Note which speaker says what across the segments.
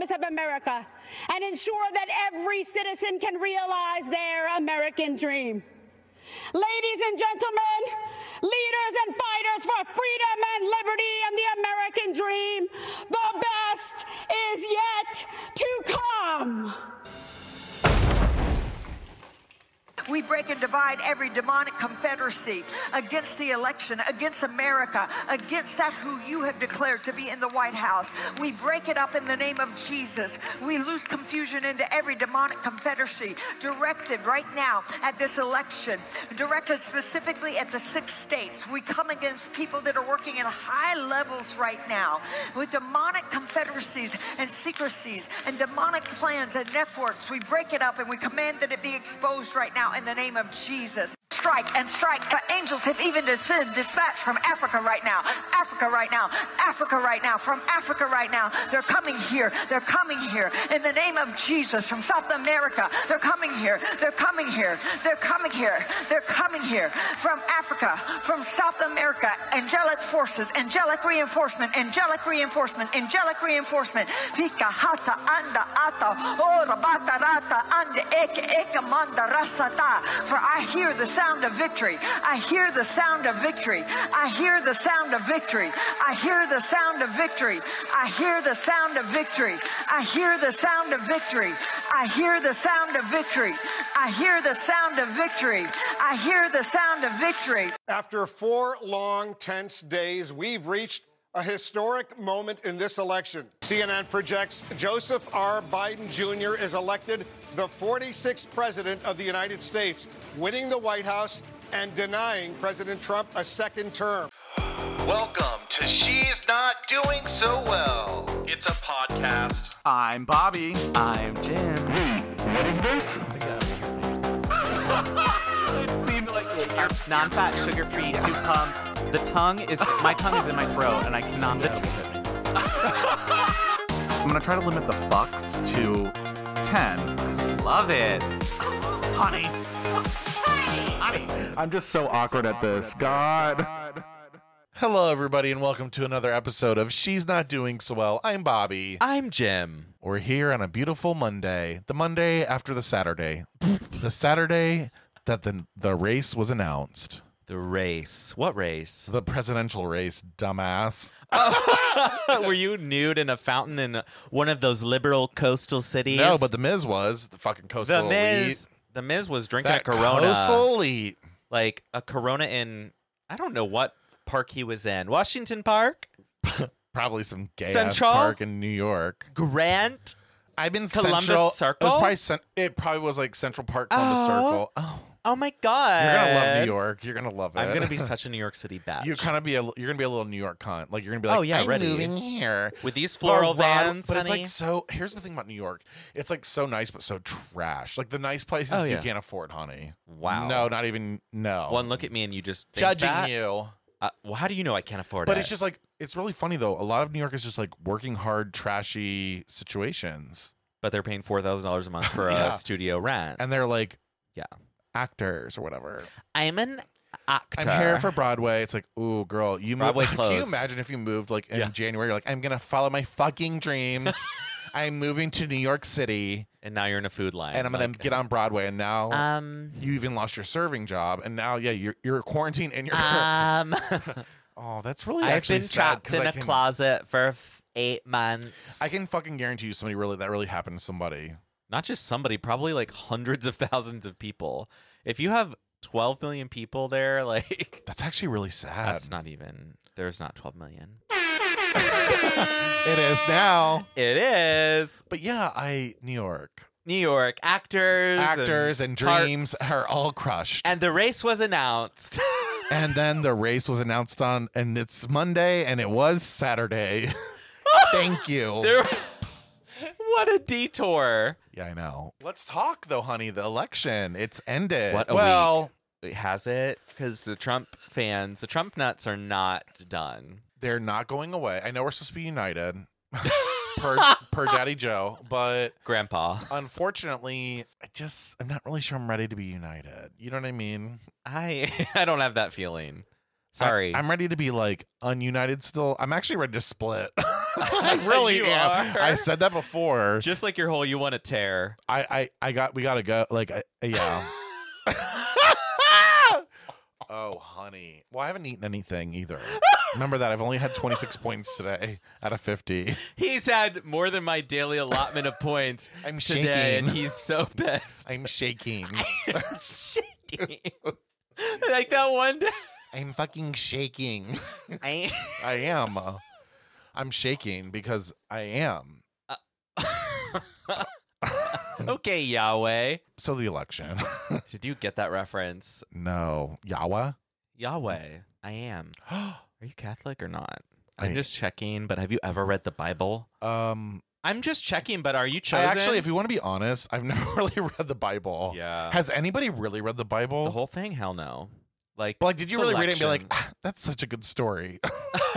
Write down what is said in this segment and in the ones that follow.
Speaker 1: of America and ensure that every citizen can realize their American dream. Ladies and gentlemen, leaders and fighters for freedom and liberty and the American dream, the best is yet to come.
Speaker 2: We break and divide every demonic confederacy against the election, against America, against that who you have declared to be in the White House. We break it up in the name of Jesus. We lose confusion into every demonic confederacy directed right now at this election, directed specifically at the six states. We come against people that are working at high levels right now with demonic confederacies and secrecies and demonic plans and networks. We break it up and we command that it be exposed right now in the name of Jesus. Strike and strike. The angels have even dis- been dispatched from Africa right now. Africa right now. Africa right now. From Africa right now. They're coming here. They're coming here. In the name of Jesus. From South America. They're coming here. They're coming here. They're coming here. They're coming here. From Africa. From South America. Angelic forces. Angelic reinforcement. Angelic reinforcement. Angelic reinforcement. Pika hata anda ata. Oh, rabata rata. Ande eke eke manda rasata. For I hear the sound of victory. I hear the sound of victory. I hear the sound of victory. I hear the sound of victory. I hear the sound of victory. I hear the sound of victory. I hear the sound of victory. I hear the sound of victory. I hear the sound of victory.
Speaker 3: After four long, tense days, we've reached a historic moment in this election. CNN projects Joseph R. Biden Jr. is elected the 46th president of the United States, winning the White House and denying President Trump a second term.
Speaker 4: Welcome to She's Not Doing So Well. It's a podcast.
Speaker 5: I'm Bobby.
Speaker 6: I'm Jim.
Speaker 7: What is this?
Speaker 5: It seemed like
Speaker 6: Non-fat, sugar-free, two pump. The tongue is my tongue is in my throat, and I cannot. The t-
Speaker 5: I'm gonna try to limit the fucks to ten.
Speaker 6: love it.
Speaker 5: Honey.
Speaker 7: I'm just so awkward at this. God.
Speaker 8: Hello, everybody, and welcome to another episode of She's Not Doing So Well. I'm Bobby.
Speaker 6: I'm Jim.
Speaker 8: We're here on a beautiful Monday, the Monday after the Saturday, the Saturday that the the race was announced,
Speaker 6: The race. What race?
Speaker 8: the presidential race. Dumbass.
Speaker 6: Were you nude in a fountain in one of those liberal coastal cities?
Speaker 8: No, but the Miz was the fucking coastal
Speaker 6: the Miz.
Speaker 8: elite.
Speaker 6: The Miz was drinking
Speaker 8: That
Speaker 6: a Corona,
Speaker 8: coastal elite.
Speaker 6: like a Corona in I don't know what park he was in, Washington Park,
Speaker 8: Probably some gay
Speaker 6: Central?
Speaker 8: park in New York.
Speaker 6: Grant.
Speaker 8: I've been
Speaker 6: Columbus
Speaker 8: Central. It
Speaker 6: Circle?
Speaker 8: was probably cen- it probably was like Central Park, Columbus
Speaker 6: Oh.
Speaker 8: Circle. Oh,
Speaker 6: Oh my God!
Speaker 8: you're gonna love New York. You're gonna love it.
Speaker 6: I'm gonna be such a New York City bitch.
Speaker 8: You're kind of be a, you're gonna be a little New York cunt. Like you're gonna be like,
Speaker 6: Oh, yeah,
Speaker 8: I'm
Speaker 6: ready."
Speaker 8: moving here
Speaker 6: with these floral
Speaker 8: Or Rod-
Speaker 6: vans,
Speaker 8: But it's
Speaker 6: honey.
Speaker 8: like so. Here's the thing about New York. It's like so nice, but so trash. Like the nice places
Speaker 6: Oh,
Speaker 8: you
Speaker 6: yeah.
Speaker 8: can't afford, honey.
Speaker 6: Wow.
Speaker 8: No, not even no.
Speaker 6: one look at me and you just think
Speaker 8: judging
Speaker 6: that?
Speaker 8: you.
Speaker 6: Uh, well, how do you know I can't afford it?
Speaker 8: But it's just like it's really funny though. A lot of New York is just like working hard, trashy situations,
Speaker 6: but they're paying four thousand dollars a month for a
Speaker 8: Yeah.
Speaker 6: studio rent.
Speaker 8: and they're like,
Speaker 6: Yeah.
Speaker 8: actors or whatever.
Speaker 6: I'm an actor.
Speaker 8: I'm here for Broadway. It's like, ooh, girl, you moved.
Speaker 6: Broadway's
Speaker 8: Can you
Speaker 6: closed.
Speaker 8: imagine if you moved like in
Speaker 6: Yeah.
Speaker 8: January? You're like, I'm gonna follow my fucking dreams. I'm moving to New York City,
Speaker 6: and now you're in a food line,
Speaker 8: and I'm gonna
Speaker 6: like,
Speaker 8: get on Broadway. And now
Speaker 6: Um,
Speaker 8: you even lost your serving job, and now yeah, you're you're quarantined and you're.
Speaker 6: um,
Speaker 8: oh, that's really
Speaker 6: I've
Speaker 8: actually
Speaker 6: been
Speaker 8: sad
Speaker 6: trapped
Speaker 8: 'cause
Speaker 6: in
Speaker 8: I
Speaker 6: a
Speaker 8: can,
Speaker 6: closet for f- eight months.
Speaker 8: I can fucking guarantee you, somebody really that really happened to somebody.
Speaker 6: not just somebody, probably like hundreds of thousands of people. If you have twelve million people there, like
Speaker 8: That's actually really sad.
Speaker 6: that's not even. There's not twelve million.
Speaker 8: It is now,
Speaker 6: It is
Speaker 8: but yeah, I New York
Speaker 6: New York actors, and
Speaker 8: actors and
Speaker 6: parts.
Speaker 8: dreams are all crushed.
Speaker 6: and the race was announced.
Speaker 8: And then the race was announced on, and it's Monday, and it was Saturday. Thank you.
Speaker 6: There, what a detour!
Speaker 8: yeah, I know. Let's talk though, honey. The election, it's ended.
Speaker 6: What a
Speaker 8: well,
Speaker 6: It has it because the Trump fans, the Trump nuts, are not done.
Speaker 8: they're not going away. I know we're supposed to be united, per per Daddy Joe, but
Speaker 6: Grandpa,
Speaker 8: unfortunately, I just I'm not really sure I'm ready to be united. You know what I mean?
Speaker 6: I I don't have that feeling. Sorry.
Speaker 8: I, am ready to be like ununited still. I'm actually ready to split. I really
Speaker 6: You
Speaker 8: am.
Speaker 6: are.
Speaker 8: I said that before.
Speaker 6: just like your whole you want to tear.
Speaker 8: I, I I got we gotta go. Like I, uh, yeah. oh honey. Well, I haven't eaten anything either. Remember that I've only had 26 points today out of 50.
Speaker 6: He's had more than my daily allotment of points
Speaker 8: I'm
Speaker 6: today, and
Speaker 8: shaking.
Speaker 6: he's so pissed.
Speaker 8: I'm shaking.
Speaker 6: shaking. like that one day.
Speaker 8: I'm fucking shaking. I am. I'm shaking because I am.
Speaker 6: okay, Yahweh.
Speaker 8: So the election.
Speaker 6: Did you get that reference?
Speaker 8: no, Yawa.
Speaker 6: Yahweh. I am. Are you Catholic or not? I'm
Speaker 8: I-
Speaker 6: just checking, but have you ever read the Bible?
Speaker 8: Um,
Speaker 6: I'm just checking, but are you
Speaker 8: I
Speaker 6: chosen?
Speaker 8: actually, if you want to be honest, I've never really read the Bible.
Speaker 6: Yeah.
Speaker 8: Has anybody really read the Bible?
Speaker 6: the whole thing, hell no. Like,
Speaker 8: But like, did you really read it and be like,
Speaker 6: selection.
Speaker 8: "Ah, that's such a good story?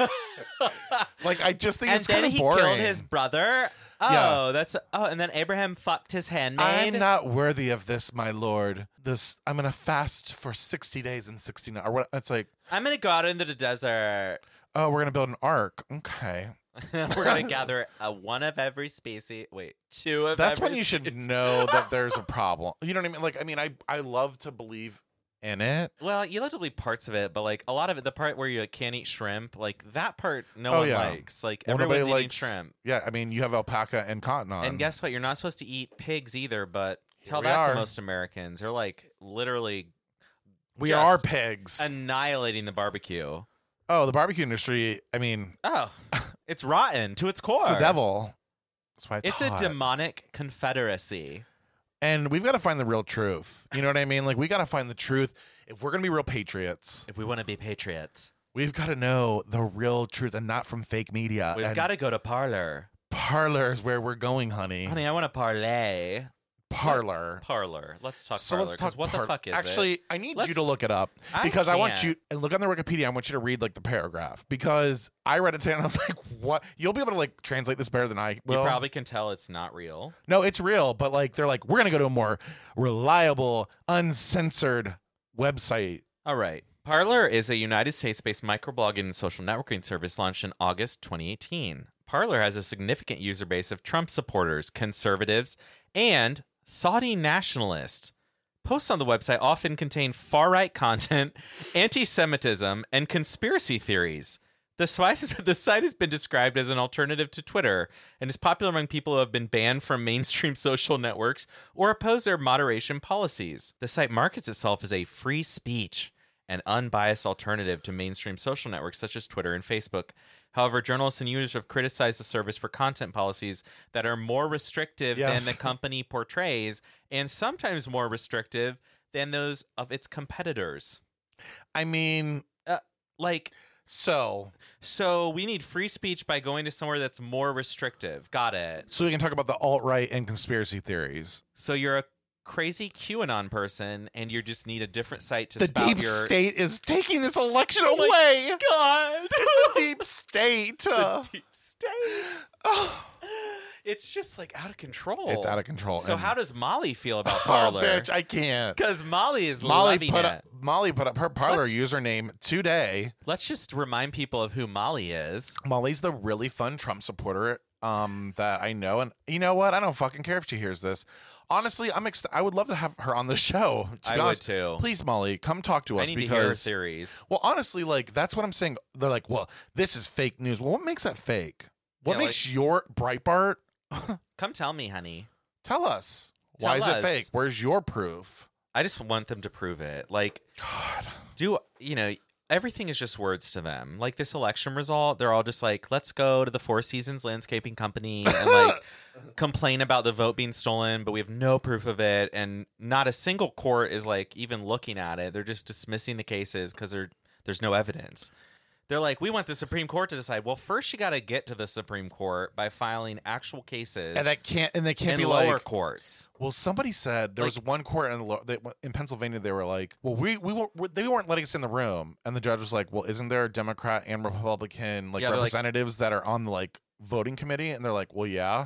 Speaker 8: like, I just think
Speaker 6: and
Speaker 8: it's kind
Speaker 6: then
Speaker 8: of
Speaker 6: he
Speaker 8: boring.
Speaker 6: killed his brother. Oh, that's oh, and then Abraham fucked his handmaid.
Speaker 8: I'm not worthy of this, my lord. This I'm gonna fast for sixty days and sixty nights. Or what? It's like,
Speaker 6: I'm gonna go out into the desert.
Speaker 8: oh, we're gonna build an ark. Okay,
Speaker 6: We're gonna gather a one of every species. Wait, two of.
Speaker 8: that's
Speaker 6: every
Speaker 8: when you should
Speaker 6: species.
Speaker 8: know that there's a problem. You know what I mean? Like, I mean, I I love to believe in it.
Speaker 6: Well, you love to believe parts of it, but like a lot of it, the part where you like, can't eat shrimp, like that part, no
Speaker 8: Oh,
Speaker 6: one
Speaker 8: yeah.
Speaker 6: likes. Like
Speaker 8: Well,
Speaker 6: everyone's
Speaker 8: nobody
Speaker 6: eating
Speaker 8: likes
Speaker 6: shrimp.
Speaker 8: Yeah, I mean, you have alpaca and cotton on.
Speaker 6: And guess what? You're not supposed to eat pigs either. But tell
Speaker 8: we
Speaker 6: that to
Speaker 8: are.
Speaker 6: most Americans. They're like literally
Speaker 8: we
Speaker 6: just
Speaker 8: are pigs.
Speaker 6: annihilating the barbecue.
Speaker 8: oh, the barbecue industry. I mean,
Speaker 6: Oh, it's rotten to its core.
Speaker 8: it's the devil. That's why it's,
Speaker 6: It's a
Speaker 8: hot.
Speaker 6: demonic confederacy.
Speaker 8: and we've got to find the real truth. You know what I mean? Like we got to find the truth if we're gonna be real patriots.
Speaker 6: If we want to be patriots,
Speaker 8: We've got to know the real truth and not from fake media.
Speaker 6: we've
Speaker 8: And
Speaker 6: got to go to parlor.
Speaker 8: parlor is where we're going, honey.
Speaker 6: Honey, I want to parlay.
Speaker 8: parlor.
Speaker 6: Parlor. Let's talk
Speaker 8: So
Speaker 6: parlor.
Speaker 8: let's
Speaker 6: 'cause
Speaker 8: talk.
Speaker 6: what the
Speaker 8: par-
Speaker 6: fuck is
Speaker 8: Actually,
Speaker 6: it?
Speaker 8: I need
Speaker 6: Let's-
Speaker 8: you to look it up
Speaker 6: I
Speaker 8: because I, want
Speaker 6: can't.
Speaker 8: you and look on the Wikipedia. I want you to read like the paragraph because I read it today and I was like, "What? You'll be able to like translate this better than I will."
Speaker 6: you probably can tell it's not real.
Speaker 8: No, it's real, but like they're like, "We're gonna go to a more reliable, uncensored website."
Speaker 6: All right. Parler is a United States-based microblogging and social networking service launched in August 2018. Parler has a significant user base of Trump supporters, conservatives, and Saudi nationalists. Posts on the website often contain far-right content, anti-Semitism, and conspiracy theories. The site, the site has been described as an alternative to Twitter and is popular among people who have been banned from mainstream social networks or oppose their moderation policies. The site markets itself as a free speech and unbiased alternative to mainstream social networks such as Twitter and Facebook. However, journalists and users have criticized the service for content policies that are more restrictive
Speaker 8: Yes.
Speaker 6: than the company portrays and sometimes more restrictive than those of its competitors.
Speaker 8: I mean,
Speaker 6: Like,
Speaker 8: so
Speaker 6: so we need free speech by going to somewhere that's more restrictive. Got it.
Speaker 8: so we can talk about the alt right and conspiracy theories.
Speaker 6: So you're a crazy QAnon person, and you just need a different site to
Speaker 8: The
Speaker 6: spout
Speaker 8: deep
Speaker 6: your
Speaker 8: state is taking this election
Speaker 6: Oh my
Speaker 8: away.
Speaker 6: God.
Speaker 8: It's the deep state.
Speaker 6: the
Speaker 8: Uh,
Speaker 6: deep state.
Speaker 8: oh,
Speaker 6: It's just like out of control.
Speaker 8: it's out of control.
Speaker 6: So
Speaker 8: and-
Speaker 6: how does Molly feel about
Speaker 8: Oh,
Speaker 6: Parlor?
Speaker 8: bitch, I can't.
Speaker 6: Because Molly is
Speaker 8: Molly
Speaker 6: loving
Speaker 8: put
Speaker 6: it.
Speaker 8: up Molly put up her parlor
Speaker 6: Let's-
Speaker 8: username today.
Speaker 6: Let's just remind people of who Molly is.
Speaker 8: Molly's the really fun Trump supporter um that I know and you know what? I don't fucking care if she hears this. Honestly, I'm ex- I would love to have her on the show. to
Speaker 6: I
Speaker 8: be
Speaker 6: would
Speaker 8: honest.
Speaker 6: too.
Speaker 8: Please Molly, come talk to
Speaker 6: I
Speaker 8: us
Speaker 6: need to hear her
Speaker 8: because
Speaker 6: theories.
Speaker 8: Well, honestly, like that's what I'm saying. They're like, "Well, this is fake news." Well, what makes that fake? What
Speaker 6: Yeah, like-
Speaker 8: makes your Breitbart
Speaker 6: Come tell me, honey.
Speaker 8: tell us? Why is
Speaker 6: Tell us.
Speaker 8: it fake? Where's your proof?
Speaker 6: I just want them to prove it. Like,
Speaker 8: God.
Speaker 6: do you know everything is just words to them like this election result they're all just like let's go to the four seasons landscaping company and like complain about the vote being stolen but we have no proof of it and not a single court is like even looking at it they're just dismissing the cases because there's no evidence they're like we want the supreme court to decide well first you got to get to the supreme court by filing actual cases
Speaker 8: And that can't and they can't
Speaker 6: in
Speaker 8: be
Speaker 6: lower
Speaker 8: like
Speaker 6: courts
Speaker 8: Well, somebody said there was
Speaker 6: Like-
Speaker 8: one court in, the, lo- they, in Pennsylvania. They were like, "Well, we we were they weren't letting us in the room," and the judge was like, "Well, isn't there a Democrat and Republican like
Speaker 6: Yeah, they're like-
Speaker 8: representatives that are on the like voting committee?" And they're like, "Well, yeah," and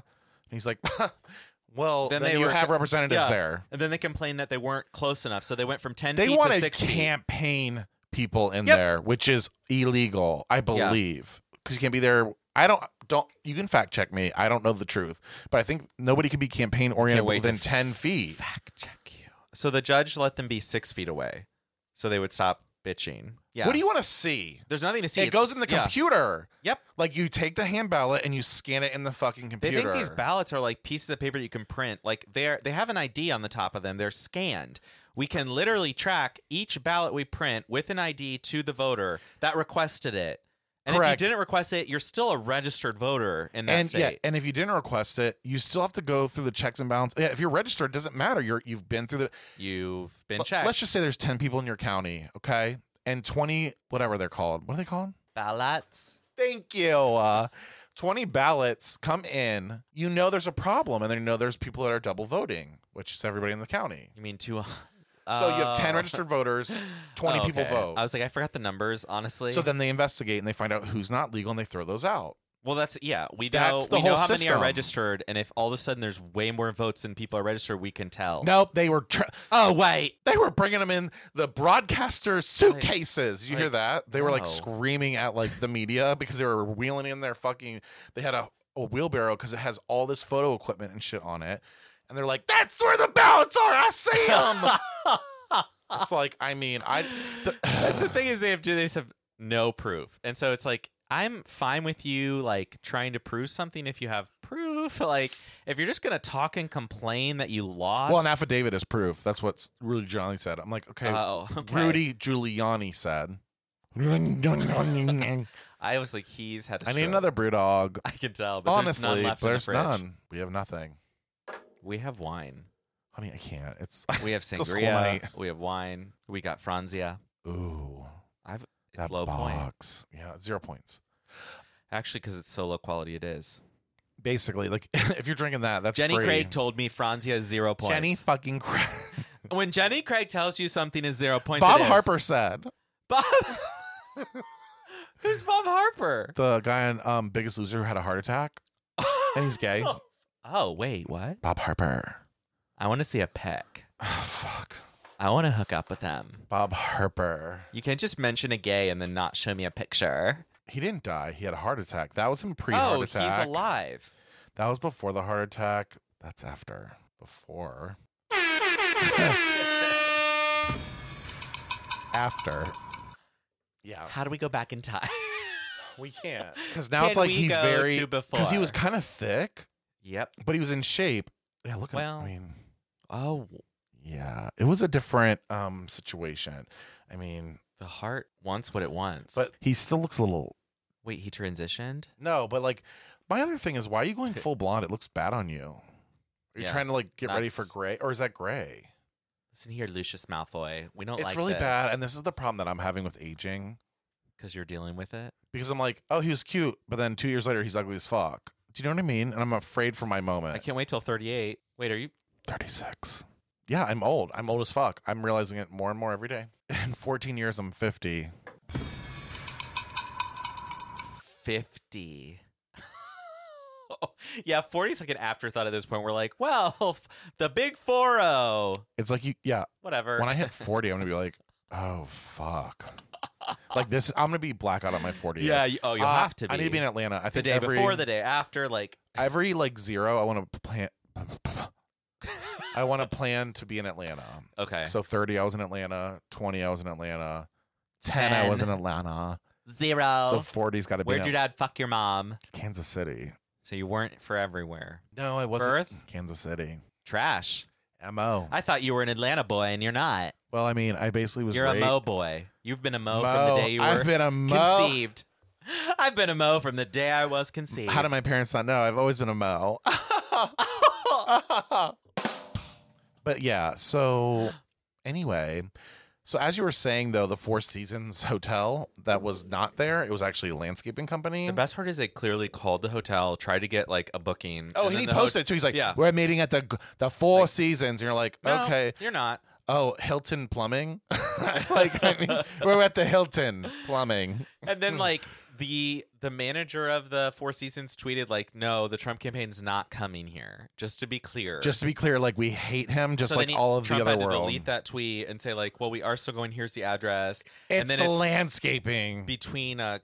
Speaker 8: he's like, "Well, then, you
Speaker 6: were-
Speaker 8: have representatives
Speaker 6: Yeah.
Speaker 8: there.
Speaker 6: and then they complained that they weren't close enough so they went from 10
Speaker 8: They
Speaker 6: feet
Speaker 8: want
Speaker 6: to
Speaker 8: to
Speaker 6: 6 feet.
Speaker 8: campaign people in
Speaker 6: Yep.
Speaker 8: there, which is illegal, I believe, because you can't be there. I don't don't you can fact check me. I don't know the truth, but I think nobody can be campaign oriented
Speaker 6: Can't wait to
Speaker 8: within ten feet.
Speaker 6: Fact check you. So the judge let them be six feet away, so they would stop bitching. Yeah.
Speaker 8: What do you want to see?
Speaker 6: There's nothing to see.
Speaker 8: it
Speaker 6: It's-
Speaker 8: goes in the
Speaker 6: yeah.
Speaker 8: computer.
Speaker 6: Yep.
Speaker 8: Like you take the hand ballot and you scan it in the fucking
Speaker 6: They
Speaker 8: computer.
Speaker 6: think these ballots are like pieces of paper that you can print. Like they're they have an ID on the top of them. They're scanned. We can literally track each ballot we print with an ID to the voter that requested it. And
Speaker 8: Correct.
Speaker 6: if you didn't request it, you're still a registered voter in that
Speaker 8: and
Speaker 6: state.
Speaker 8: yeah, and if you didn't request it, you still have to go through the checks and balances. Yeah, if you're registered, it doesn't matter. You're you've been through the
Speaker 6: You've been
Speaker 8: L-
Speaker 6: checked.
Speaker 8: Let's just say there's 10 people in your county, okay? And 20, whatever they're called. What are they called?
Speaker 6: ballots.
Speaker 8: Thank you. Uh, 20 ballots come in. You know there's a problem, and then you know there's people that are double voting, which is everybody in the county.
Speaker 6: You mean two? So
Speaker 8: So you have 10 registered voters, 20 people vote.
Speaker 6: I was like, I forgot the numbers. Honestly,
Speaker 8: so then they investigate and they find out who's not legal and they throw those out.
Speaker 6: Well, that's yeah. We
Speaker 8: That's the
Speaker 6: know we know
Speaker 8: whole
Speaker 6: how many
Speaker 8: system.
Speaker 6: are registered, and if all of a sudden there's way more votes than people are registered, we can tell.
Speaker 8: Nope, they were tr-
Speaker 6: Oh wait.
Speaker 8: they were bringing them in the broadcaster suitcases. you hear
Speaker 6: like,
Speaker 8: that? They were like
Speaker 6: no.
Speaker 8: screaming at like the media because they were wheeling in their fucking. They had a, a wheelbarrow because it has all this photo equipment and shit on it, and they're like, "That's where the ballots are. I see them." it's like, I mean, I. The,
Speaker 6: That's the thing is they have they just have no proof, and so it's like I'm fine with you like trying to prove something if you have proof. Like if you're just gonna talk and complain that you lost. uh,
Speaker 8: well, an affidavit is proof. That's what Rudy Giuliani said. I'm like, okay,
Speaker 6: Oh, okay.
Speaker 8: Rudy Giuliani said. I
Speaker 6: I was like, he's had. I
Speaker 8: need another brew dog.
Speaker 6: I can tell, but
Speaker 8: Honestly,
Speaker 6: there's none left in the
Speaker 8: there's
Speaker 6: fridge.
Speaker 8: none. We have nothing.
Speaker 6: We have wine.
Speaker 8: Honey, I can't. It's
Speaker 6: We have
Speaker 8: It's a school
Speaker 6: sangria.
Speaker 8: night.
Speaker 6: We have wine. We got Franzia.
Speaker 8: Ooh,
Speaker 6: I've it's
Speaker 8: that
Speaker 6: low point
Speaker 8: box. Yeah, zero points.
Speaker 6: actually because it's so low quality. It is.
Speaker 8: Basically, like if you're drinking that, that's
Speaker 6: Jenny
Speaker 8: free.
Speaker 6: Craig told me Franzia is zero points.
Speaker 8: Jenny fucking Craig.
Speaker 6: when Jenny Craig tells you something is zero points,
Speaker 8: Bob
Speaker 6: it is.
Speaker 8: Harper said
Speaker 6: Bob. Who's Bob Harper?
Speaker 8: the guy on um, Biggest Loser who had a heart attack and he's gay.
Speaker 6: Oh wait, what?
Speaker 8: Bob Harper.
Speaker 6: I want to see a peck.
Speaker 8: Oh, fuck,
Speaker 6: I want to hook up with them.
Speaker 8: Bob Harper.
Speaker 6: You can't just mention a gay and then not show me a picture.
Speaker 8: He didn't die. He had a heart attack. That was him pre heart
Speaker 6: Oh, he's
Speaker 8: attack.
Speaker 6: alive.
Speaker 8: That was before the heart attack. That's after. Before. after. Yeah.
Speaker 6: How do we go back in time?
Speaker 8: We can't. Because now
Speaker 6: Can
Speaker 8: it's like
Speaker 6: we
Speaker 8: he's
Speaker 6: go
Speaker 8: very.
Speaker 6: to
Speaker 8: Because he was
Speaker 6: before?
Speaker 8: kind of thick,
Speaker 6: yep.
Speaker 8: but he was in shape. Yeah, look at
Speaker 6: Well-
Speaker 8: I mean,
Speaker 6: Oh,
Speaker 8: yeah. It was a different um situation. I mean,
Speaker 6: the heart wants what it wants.
Speaker 8: but he still looks a little.
Speaker 6: wait, he transitioned.
Speaker 8: No, but like, my other thing is, why are you going full blonde? It looks bad on you. Are you
Speaker 6: Yeah,
Speaker 8: trying to like get ready for
Speaker 6: that's-
Speaker 8: gray? Or is that gray?
Speaker 6: Listen here, Lucius Malfoy. We don't
Speaker 8: it's
Speaker 6: like
Speaker 8: really bad and this is the problem that i'm having with aging
Speaker 6: because you're dealing with it.
Speaker 8: because i'm like oh he was cute but then two years later he's ugly as fuck do you know what i mean and i'm afraid for my moment
Speaker 6: I can't wait till 38. Wait, are you?
Speaker 8: 36 yeah i'm old i'm old as fuck i'm realizing it more and more every day in 14 years i'm 50
Speaker 6: 50. yeah, 40 is like an afterthought at this point. We're like, well, f- the big 4 0.
Speaker 8: it's like you yeah
Speaker 6: Whatever.
Speaker 8: when i hit 40 i'm gonna be like oh fuck like this i'm gonna be blackout on my 40
Speaker 6: yeah, you- oh, you'll have to be.
Speaker 8: i need to be in atlanta i
Speaker 6: the
Speaker 8: think
Speaker 6: day
Speaker 8: every,
Speaker 6: before, the day after. Like,
Speaker 8: every like zero i want to plan i want to plan to be in atlanta
Speaker 6: okay.
Speaker 8: So 30, I was in Atlanta. 20, I was in Atlanta. 10, I was in Atlanta.
Speaker 6: zero.
Speaker 8: So 40's got to be
Speaker 6: Oh. Where'd
Speaker 8: in
Speaker 6: your dad fuck your mom?
Speaker 8: Kansas City.
Speaker 6: So you weren't for everywhere.
Speaker 8: No, I
Speaker 6: Birth?
Speaker 8: Kansas City.
Speaker 6: Trash.
Speaker 8: Mo.
Speaker 6: I thought you were an Atlanta boy, and you're not.
Speaker 8: well, I mean, I basically was.
Speaker 6: You're
Speaker 8: raised-
Speaker 6: a Mo boy. You've been a Mo,
Speaker 8: Mo.
Speaker 6: from the day you were
Speaker 8: I've been a Mo.
Speaker 6: conceived. I've been a Mo from the day I was conceived.
Speaker 8: How did my parents not know? I've always been a Mo. but yeah. So anyway, so as you were saying though, the Four Seasons Hotel that was not there. It was actually a landscaping company.
Speaker 6: The best part is they clearly called the hotel, tried to get like a booking.
Speaker 8: Oh, and
Speaker 6: then
Speaker 8: he
Speaker 6: the hot-
Speaker 8: posted it too. He's like,
Speaker 6: Yeah.
Speaker 8: "We're meeting at the the Four Seasons." And you're like,
Speaker 6: No,
Speaker 8: "Okay,
Speaker 6: you're not.
Speaker 8: oh Hilton Plumbing." like, I mean, we're at the Hilton Plumbing.
Speaker 6: And then like the the manager of the Four Seasons tweeted like, "No, the Trump campaign's not coming here." Just to be clear,
Speaker 8: Just to be clear, like we hate him, just
Speaker 6: so
Speaker 8: like
Speaker 6: then he-
Speaker 8: all of
Speaker 6: Trump
Speaker 8: the other
Speaker 6: had to
Speaker 8: world.
Speaker 6: delete that tweet and say like, "Well, we are still going. Here's the address."
Speaker 8: It's
Speaker 6: and then
Speaker 8: the
Speaker 6: it's
Speaker 8: landscaping.
Speaker 6: between a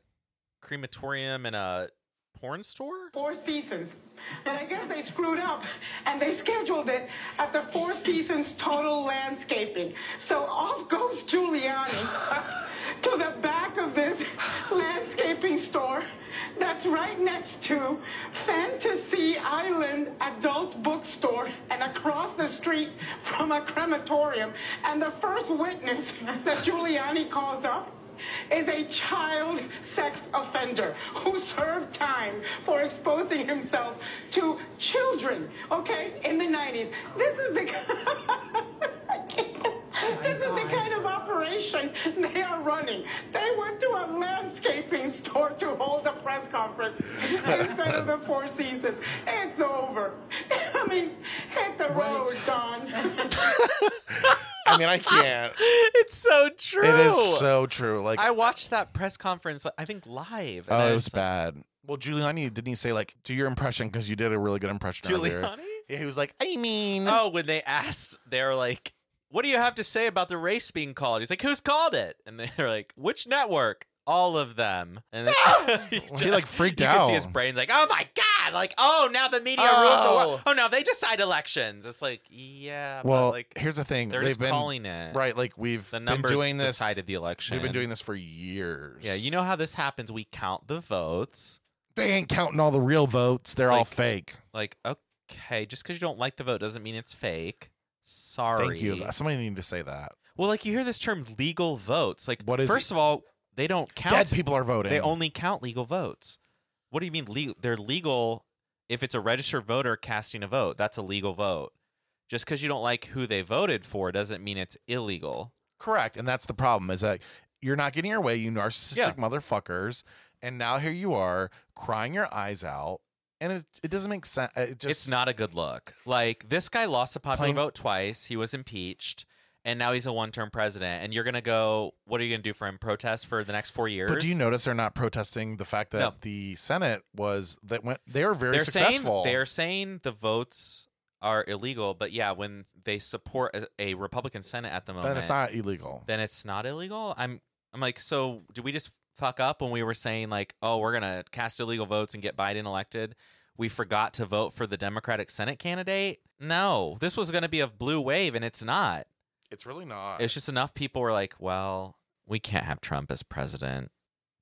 Speaker 6: crematorium and a porn store.
Speaker 9: Four Seasons. And I guess they screwed up and they scheduled it at the Four Seasons Total Landscaping. So off goes Giuliani to the back of this landscaping store that's right next to Fantasy Island Adult Bookstore and across the street from a crematorium. And the first witness that Giuliani calls up is a child sex offender who served time for exposing himself to children, okay, in the 90s. This is the. This is the kind of operation they are running. They went to a landscaping store to hold a press conference instead of the Four Seasons. It's over. I mean, hit the road, Don.
Speaker 8: I mean, I can't.
Speaker 6: It's so true.
Speaker 8: it is so true. Like,
Speaker 6: I watched that press conference. I think live. and
Speaker 8: oh,
Speaker 6: I
Speaker 8: it was
Speaker 6: like,
Speaker 8: bad. Well, Giuliani didn't he say like, do your impression because you did a really good impression earlier.
Speaker 6: Giuliani?
Speaker 8: Yeah, he was like, I mean,
Speaker 6: Oh, when they asked, they were like, "What do you have to say about the race being called?" He's like, "Who's called it?" And they're like, "Which network?" All of them. And then, he,
Speaker 8: like, freaked
Speaker 6: you Can see his
Speaker 8: out.
Speaker 6: brain's like, "Oh my god!" Like, "Oh, now the media rules the world." Oh, now they decide elections. It's like, yeah.
Speaker 8: well,
Speaker 6: but like
Speaker 8: here's the thing.
Speaker 6: they're
Speaker 8: They've
Speaker 6: just
Speaker 8: been
Speaker 6: calling it.
Speaker 8: right. Like we've
Speaker 6: The
Speaker 8: been
Speaker 6: numbers
Speaker 8: doing this.
Speaker 6: decided the election.
Speaker 8: We've been doing this for years.
Speaker 6: Yeah, you know how this happens. We count the votes.
Speaker 8: they ain't counting all the real votes. They're all
Speaker 6: like-
Speaker 8: fake.
Speaker 6: Like, okay, just because you don't like the vote doesn't mean it's fake. Sorry.
Speaker 8: Thank you. Somebody needed to say that.
Speaker 6: Well, like you hear this term legal votes. Like
Speaker 8: What is
Speaker 6: first
Speaker 8: it?
Speaker 6: of all, they don't count
Speaker 8: Dead people are voting.
Speaker 6: They only count legal votes. What do you mean legal? They're legal if it's a registered voter casting a vote. That's a legal vote. Just because you don't like who they voted for doesn't mean it's illegal.
Speaker 8: correct, and that's the problem. Is that you're not getting your way, you narcissistic
Speaker 6: Yeah.
Speaker 8: motherfuckers, and now here you are crying your eyes out, and it it doesn't make sense. It just
Speaker 6: it's not a good look. Like this guy lost a popular
Speaker 8: Plain-
Speaker 6: vote twice. He was impeached, and now he's a one-term president. And you're gonna go? What are you gonna do for him? Protest for the next four years?
Speaker 8: But do you notice they're not protesting the fact that
Speaker 6: No.
Speaker 8: the Senate was that went they are very
Speaker 6: they're
Speaker 8: successful.
Speaker 6: Saying, they're saying the votes are illegal, but yeah, when they support a, a Republican Senate at the moment,
Speaker 8: then it's not illegal.
Speaker 6: then it's not illegal. I'm I'm like, so did we just fuck up when we were saying like, oh, we're gonna cast illegal votes and get Biden elected? We forgot to vote for the Democratic Senate candidate. No, this was gonna be a blue wave, and it's not.
Speaker 8: It's really not.
Speaker 6: It's just enough people were like, well, we can't have Trump as president.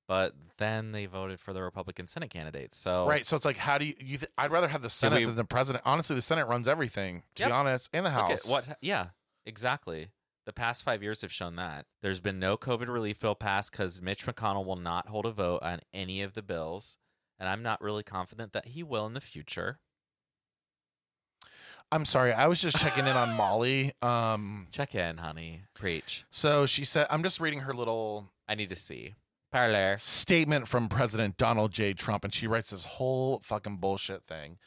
Speaker 6: But then they voted for the Republican Senate candidate. So
Speaker 8: right. So it's like, how do you? you th- I'd rather have the Senate
Speaker 6: we-
Speaker 8: than the president. Honestly, the Senate runs everything. To
Speaker 6: Yep.
Speaker 8: be honest, and the
Speaker 6: Look at
Speaker 8: House.
Speaker 6: what? Yeah, exactly. The past five years have shown that there's been no COVID relief bill passed because Mitch McConnell will not hold a vote on any of the bills, and I'm not really confident that he will in the future.
Speaker 8: I'm sorry. I was just checking in on Molly. Um.
Speaker 6: Check in, honey. Preach.
Speaker 8: So she said, I'm just reading her little
Speaker 6: I need to see. Parler.
Speaker 8: statement from President Donald J. Trump, and she writes this whole fucking bullshit thing.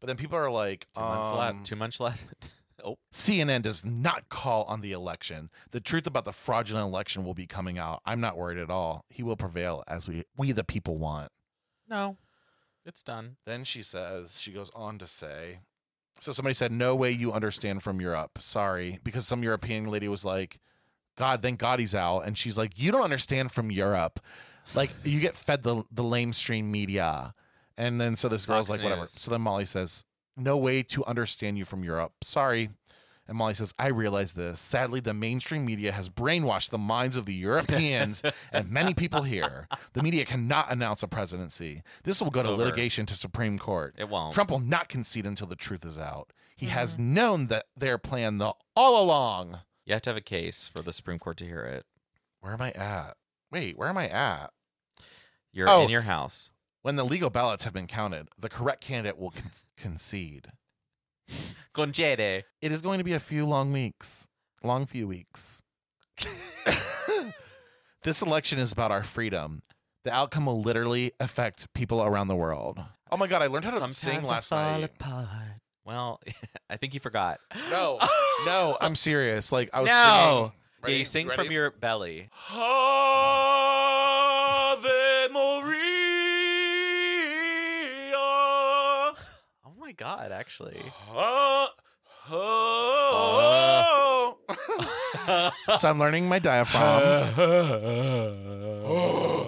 Speaker 8: But then people are like,
Speaker 6: Two months
Speaker 8: um,
Speaker 6: left. Too much left. oh,
Speaker 8: CNN does not call on the election. The truth about the fraudulent election will be coming out. I'm not worried at all. He will prevail as we we the people want.
Speaker 6: no. It's done.
Speaker 8: Then she says, she goes on to say, so somebody said, "No way you understand from Europe." Sorry, because some European lady was like, "God, thank God he's out," and she's like, "You don't understand from Europe." Like you get fed the the lamestream media, and then so this girl's
Speaker 6: Fox
Speaker 8: like, "Whatever."
Speaker 6: News.
Speaker 8: So then Molly says, "No way to understand you from Europe." Sorry. And Molly says, I realize this. Sadly, the mainstream media has brainwashed the minds of the Europeans and many people here. The media cannot announce a presidency. This will go
Speaker 6: It's
Speaker 8: to
Speaker 6: over.
Speaker 8: litigation to Supreme Court.
Speaker 6: It won't.
Speaker 8: Trump will not concede until the truth is out. He has known that their plan the all along.
Speaker 6: You have to have a case for the Supreme Court to hear it.
Speaker 8: Where am I at? Wait, where am I at?
Speaker 6: You're
Speaker 8: Oh.
Speaker 6: in your house.
Speaker 8: When the legal ballots have been counted, the correct candidate will con- concede.
Speaker 6: Concede.
Speaker 8: It is going to be a few long weeks, long few weeks. this election is about our freedom. The outcome will literally affect people around the world. Oh my god, I learned how to sing
Speaker 6: I
Speaker 8: last
Speaker 6: fall
Speaker 8: night.
Speaker 6: apart. Well, I think you forgot.
Speaker 8: No, no, I'm serious. Like I was singing.
Speaker 6: no. Yeah, you sing
Speaker 8: Ready?
Speaker 6: from your belly.
Speaker 8: Ave Maria.
Speaker 6: Oh god, actually.
Speaker 8: Oh, oh,
Speaker 6: Uh,
Speaker 8: so I'm learning my diaphragm.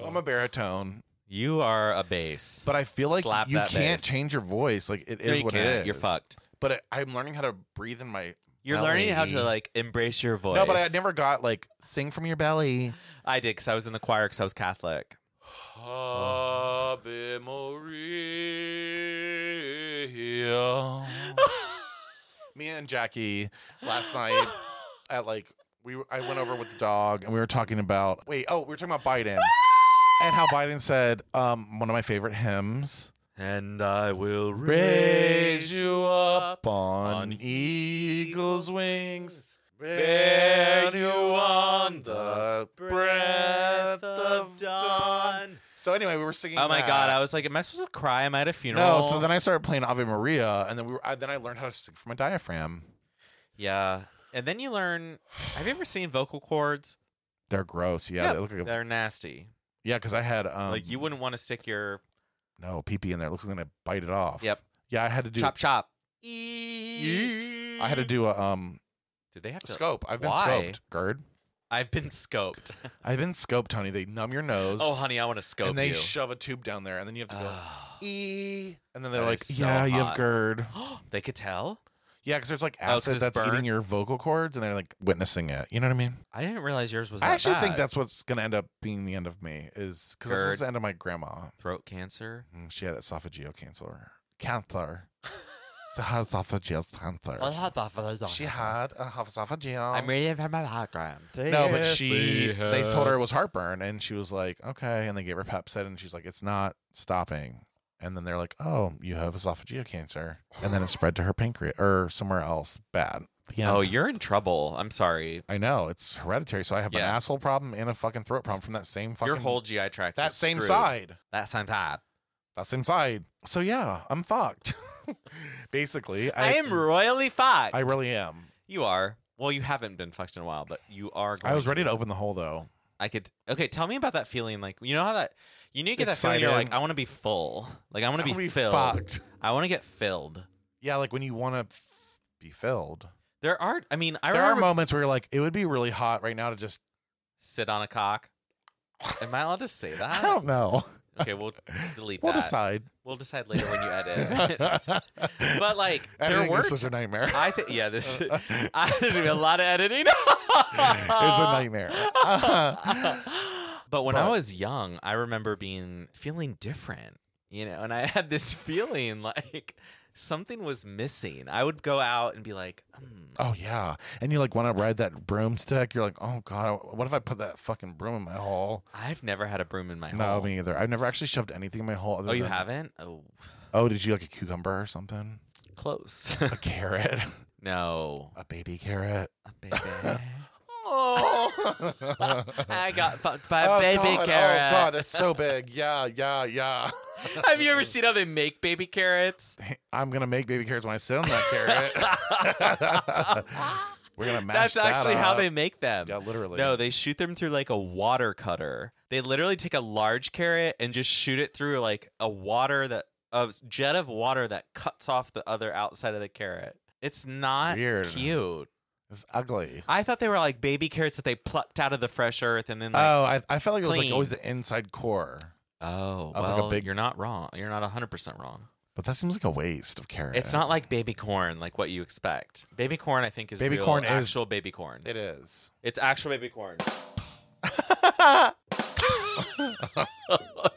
Speaker 8: I'm a baritone,
Speaker 6: You are a bass.
Speaker 8: but I feel like
Speaker 6: Slap
Speaker 8: you
Speaker 6: that
Speaker 8: can't
Speaker 6: bass.
Speaker 8: change your voice. Like it is
Speaker 6: No, you
Speaker 8: what it
Speaker 6: can't.
Speaker 8: is.
Speaker 6: You're fucked.
Speaker 8: But I, I'm learning how to breathe in my.
Speaker 6: You're learning how to
Speaker 8: belly.
Speaker 6: like embrace your voice.
Speaker 8: No, but I never got like sing from your belly.
Speaker 6: I did because I was in the choir because I was Catholic.
Speaker 8: Ave Maria. Me and Jackie last night at like we were- I went over with the dog and we were talking about wait oh we were talking about Biden and how Biden said um one of my favorite hymns
Speaker 6: And I will
Speaker 8: raise you up on eagle's wings bear you on the breath of dawn so anyway we were singing
Speaker 6: Oh my
Speaker 8: that.
Speaker 6: god, I was like, am I supposed to cry? Am I at a funeral?
Speaker 8: No, so then I started playing Ave Maria, and then we were. I, then I learned how to sing from a diaphragm.
Speaker 6: yeah. And then you learn. Have you ever seen vocal cords?
Speaker 8: They're gross. Yeah,
Speaker 6: Yep,
Speaker 8: they look like a,
Speaker 6: they're nasty.
Speaker 8: yeah. Because I had um,
Speaker 6: like you wouldn't want to stick your
Speaker 8: no pee pee in there. It looks like I'm gonna bite it off.
Speaker 6: Yep.
Speaker 8: Yeah, I had to do.
Speaker 6: chop chop.
Speaker 8: I had to do a um
Speaker 6: Do they have to
Speaker 8: scope. I've been
Speaker 6: Why?
Speaker 8: scoped. Gerd.
Speaker 6: I've been scoped.
Speaker 8: I've been scoped, honey. They numb your nose.
Speaker 6: oh, honey, I want to scope
Speaker 8: and they
Speaker 6: you.
Speaker 8: shove a tube down there, and then you have to go. E. And then they're
Speaker 6: That
Speaker 8: like,
Speaker 6: is so
Speaker 8: yeah, you have
Speaker 6: hot.
Speaker 8: GERD.
Speaker 6: they could tell.
Speaker 8: Yeah, because there's like
Speaker 6: 'cause
Speaker 8: acid
Speaker 6: it's
Speaker 8: that's eating
Speaker 6: burnt?
Speaker 8: your vocal cords, and they're like witnessing it. You know what I mean?
Speaker 6: I didn't realize yours was.
Speaker 8: I
Speaker 6: that
Speaker 8: actually think
Speaker 6: bad.
Speaker 8: that's what's going to end up being the end of me is because that's
Speaker 6: Gerd.
Speaker 8: what's the end of my grandma.
Speaker 6: throat cancer.
Speaker 8: Mm, She had esophageal cancer. Cancer. she had esophageal cancer. She had a esophageal.
Speaker 6: I'm ready for my background.
Speaker 8: no, but she they told her it was heartburn, and she was like, okay, and they gave her Pepsid, and she's like, it's not stopping. And then they're like, oh, you have esophageal cancer, and then it spread to her pancreas or somewhere else bad. The
Speaker 6: Oh,
Speaker 8: end.
Speaker 6: you're in trouble. I'm sorry.
Speaker 8: I know it's hereditary, so I have an
Speaker 6: Yeah.
Speaker 8: asshole problem and a fucking throat problem from that same fucking
Speaker 6: Your whole GI tract.
Speaker 8: that
Speaker 6: is
Speaker 8: same
Speaker 6: screwed.
Speaker 8: side.
Speaker 6: That same side.
Speaker 8: That same side. So yeah, I'm fucked. Basically,
Speaker 6: I, am royally fucked.
Speaker 8: I really am.
Speaker 6: You are. Well, you haven't been fucked in a while, but you are. Going
Speaker 8: I was ready
Speaker 6: be.
Speaker 8: to open the hole though.
Speaker 6: I could. Okay, tell me about that feeling. Like you know how that you need to get that feeling. You're like,
Speaker 8: Excited.
Speaker 6: I want to be full. Like I want
Speaker 8: I
Speaker 6: to
Speaker 8: wanna
Speaker 6: be
Speaker 8: be
Speaker 6: filled.
Speaker 8: fucked.
Speaker 6: I want to get filled.
Speaker 8: Yeah, like when you want to f- be filled.
Speaker 6: There are. I mean, I
Speaker 8: there
Speaker 6: remember
Speaker 8: are moments where you're like, it would be really hot right now to just.
Speaker 6: sit on a cock. Am I allowed to say that?
Speaker 8: I don't know.
Speaker 6: Okay, we'll delete
Speaker 8: We'll
Speaker 6: that.
Speaker 8: decide.
Speaker 6: We'll decide later when you edit. but like, there
Speaker 8: Editing
Speaker 6: were.
Speaker 8: is such a nightmare.
Speaker 6: I think yeah, this I, there's gonna be a lot of editing.
Speaker 8: it's a nightmare.
Speaker 6: But when I
Speaker 8: But-
Speaker 6: was young, I remember being feeling different, you know, and I had this feeling like something was missing. I would go out and be like, hmm,
Speaker 8: oh yeah, and you like want to ride that broomstick. You're like, oh god, what if I put that fucking broom in my hole?
Speaker 6: I've never had a broom in my
Speaker 8: No,
Speaker 6: hole.
Speaker 8: me either. I've never actually shoved anything in my hole. Other
Speaker 6: oh, you
Speaker 8: than-
Speaker 6: haven't? Oh,
Speaker 8: Oh, did you like a cucumber or something?
Speaker 6: close.
Speaker 8: A carrot,
Speaker 6: no,
Speaker 8: a baby carrot.
Speaker 6: baby.
Speaker 8: Oh,
Speaker 6: I got fucked by a baby
Speaker 8: God,
Speaker 6: carrot.
Speaker 8: Oh god, that's so big. Yeah, yeah, yeah.
Speaker 6: Have you ever seen how they make baby carrots?
Speaker 8: I'm gonna make baby carrots when I sit on that carrot. We're gonna mash
Speaker 6: That's actually
Speaker 8: that
Speaker 6: how
Speaker 8: up.
Speaker 6: they make them.
Speaker 8: Yeah, literally.
Speaker 6: No, they shoot them through like a water cutter. They literally take a large carrot and just shoot it through like a water that a jet of water that cuts off the other outside of the carrot. It's not
Speaker 8: Weird.
Speaker 6: cute.
Speaker 8: It's ugly.
Speaker 6: I thought they were like baby carrots that they plucked out of the fresh earth and then like
Speaker 8: oh, I, I felt like it was like
Speaker 6: clean.
Speaker 8: always the inside core,
Speaker 6: oh,
Speaker 8: I
Speaker 6: well,
Speaker 8: was like a big-
Speaker 6: you're not wrong. You're not 100% wrong.
Speaker 8: but that seems like a waste of carrot.
Speaker 6: It's not like baby corn like what you expect. Baby corn I think is
Speaker 8: Baby
Speaker 6: real,
Speaker 8: corn is-
Speaker 6: actual baby corn.
Speaker 8: It is.
Speaker 6: It's actual baby corn.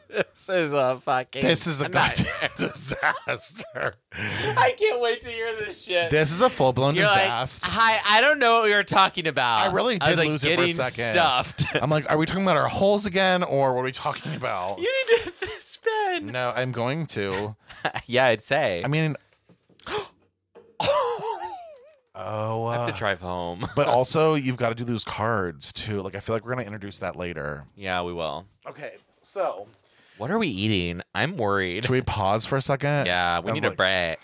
Speaker 6: this is a fucking.
Speaker 8: This is a
Speaker 6: nut.
Speaker 8: goddamn disaster.
Speaker 6: I can't wait to hear this shit.
Speaker 8: this is a full blown
Speaker 6: You're like, "Ah."
Speaker 8: disaster.
Speaker 6: hi, I don't know what you're talking about.
Speaker 8: I really
Speaker 6: was
Speaker 8: did
Speaker 6: like,
Speaker 8: lose it for a
Speaker 6: getting
Speaker 8: second.
Speaker 6: Stuffed.
Speaker 8: I'm like, are we talking about our holes again, or what are we talking about?
Speaker 6: you need to spin.
Speaker 8: No, I'm going to.
Speaker 6: Yeah, I'd say.
Speaker 8: I mean, oh,
Speaker 6: I
Speaker 8: uh,
Speaker 6: have to drive home.
Speaker 8: but also you've got to do those cards too. Like I feel like we're gonna introduce that later.
Speaker 6: yeah, we will.
Speaker 8: Okay, so
Speaker 6: What are we eating? I'm worried.
Speaker 8: should we pause for a second?
Speaker 6: yeah, we
Speaker 8: I'm
Speaker 6: need a
Speaker 8: like-
Speaker 6: break.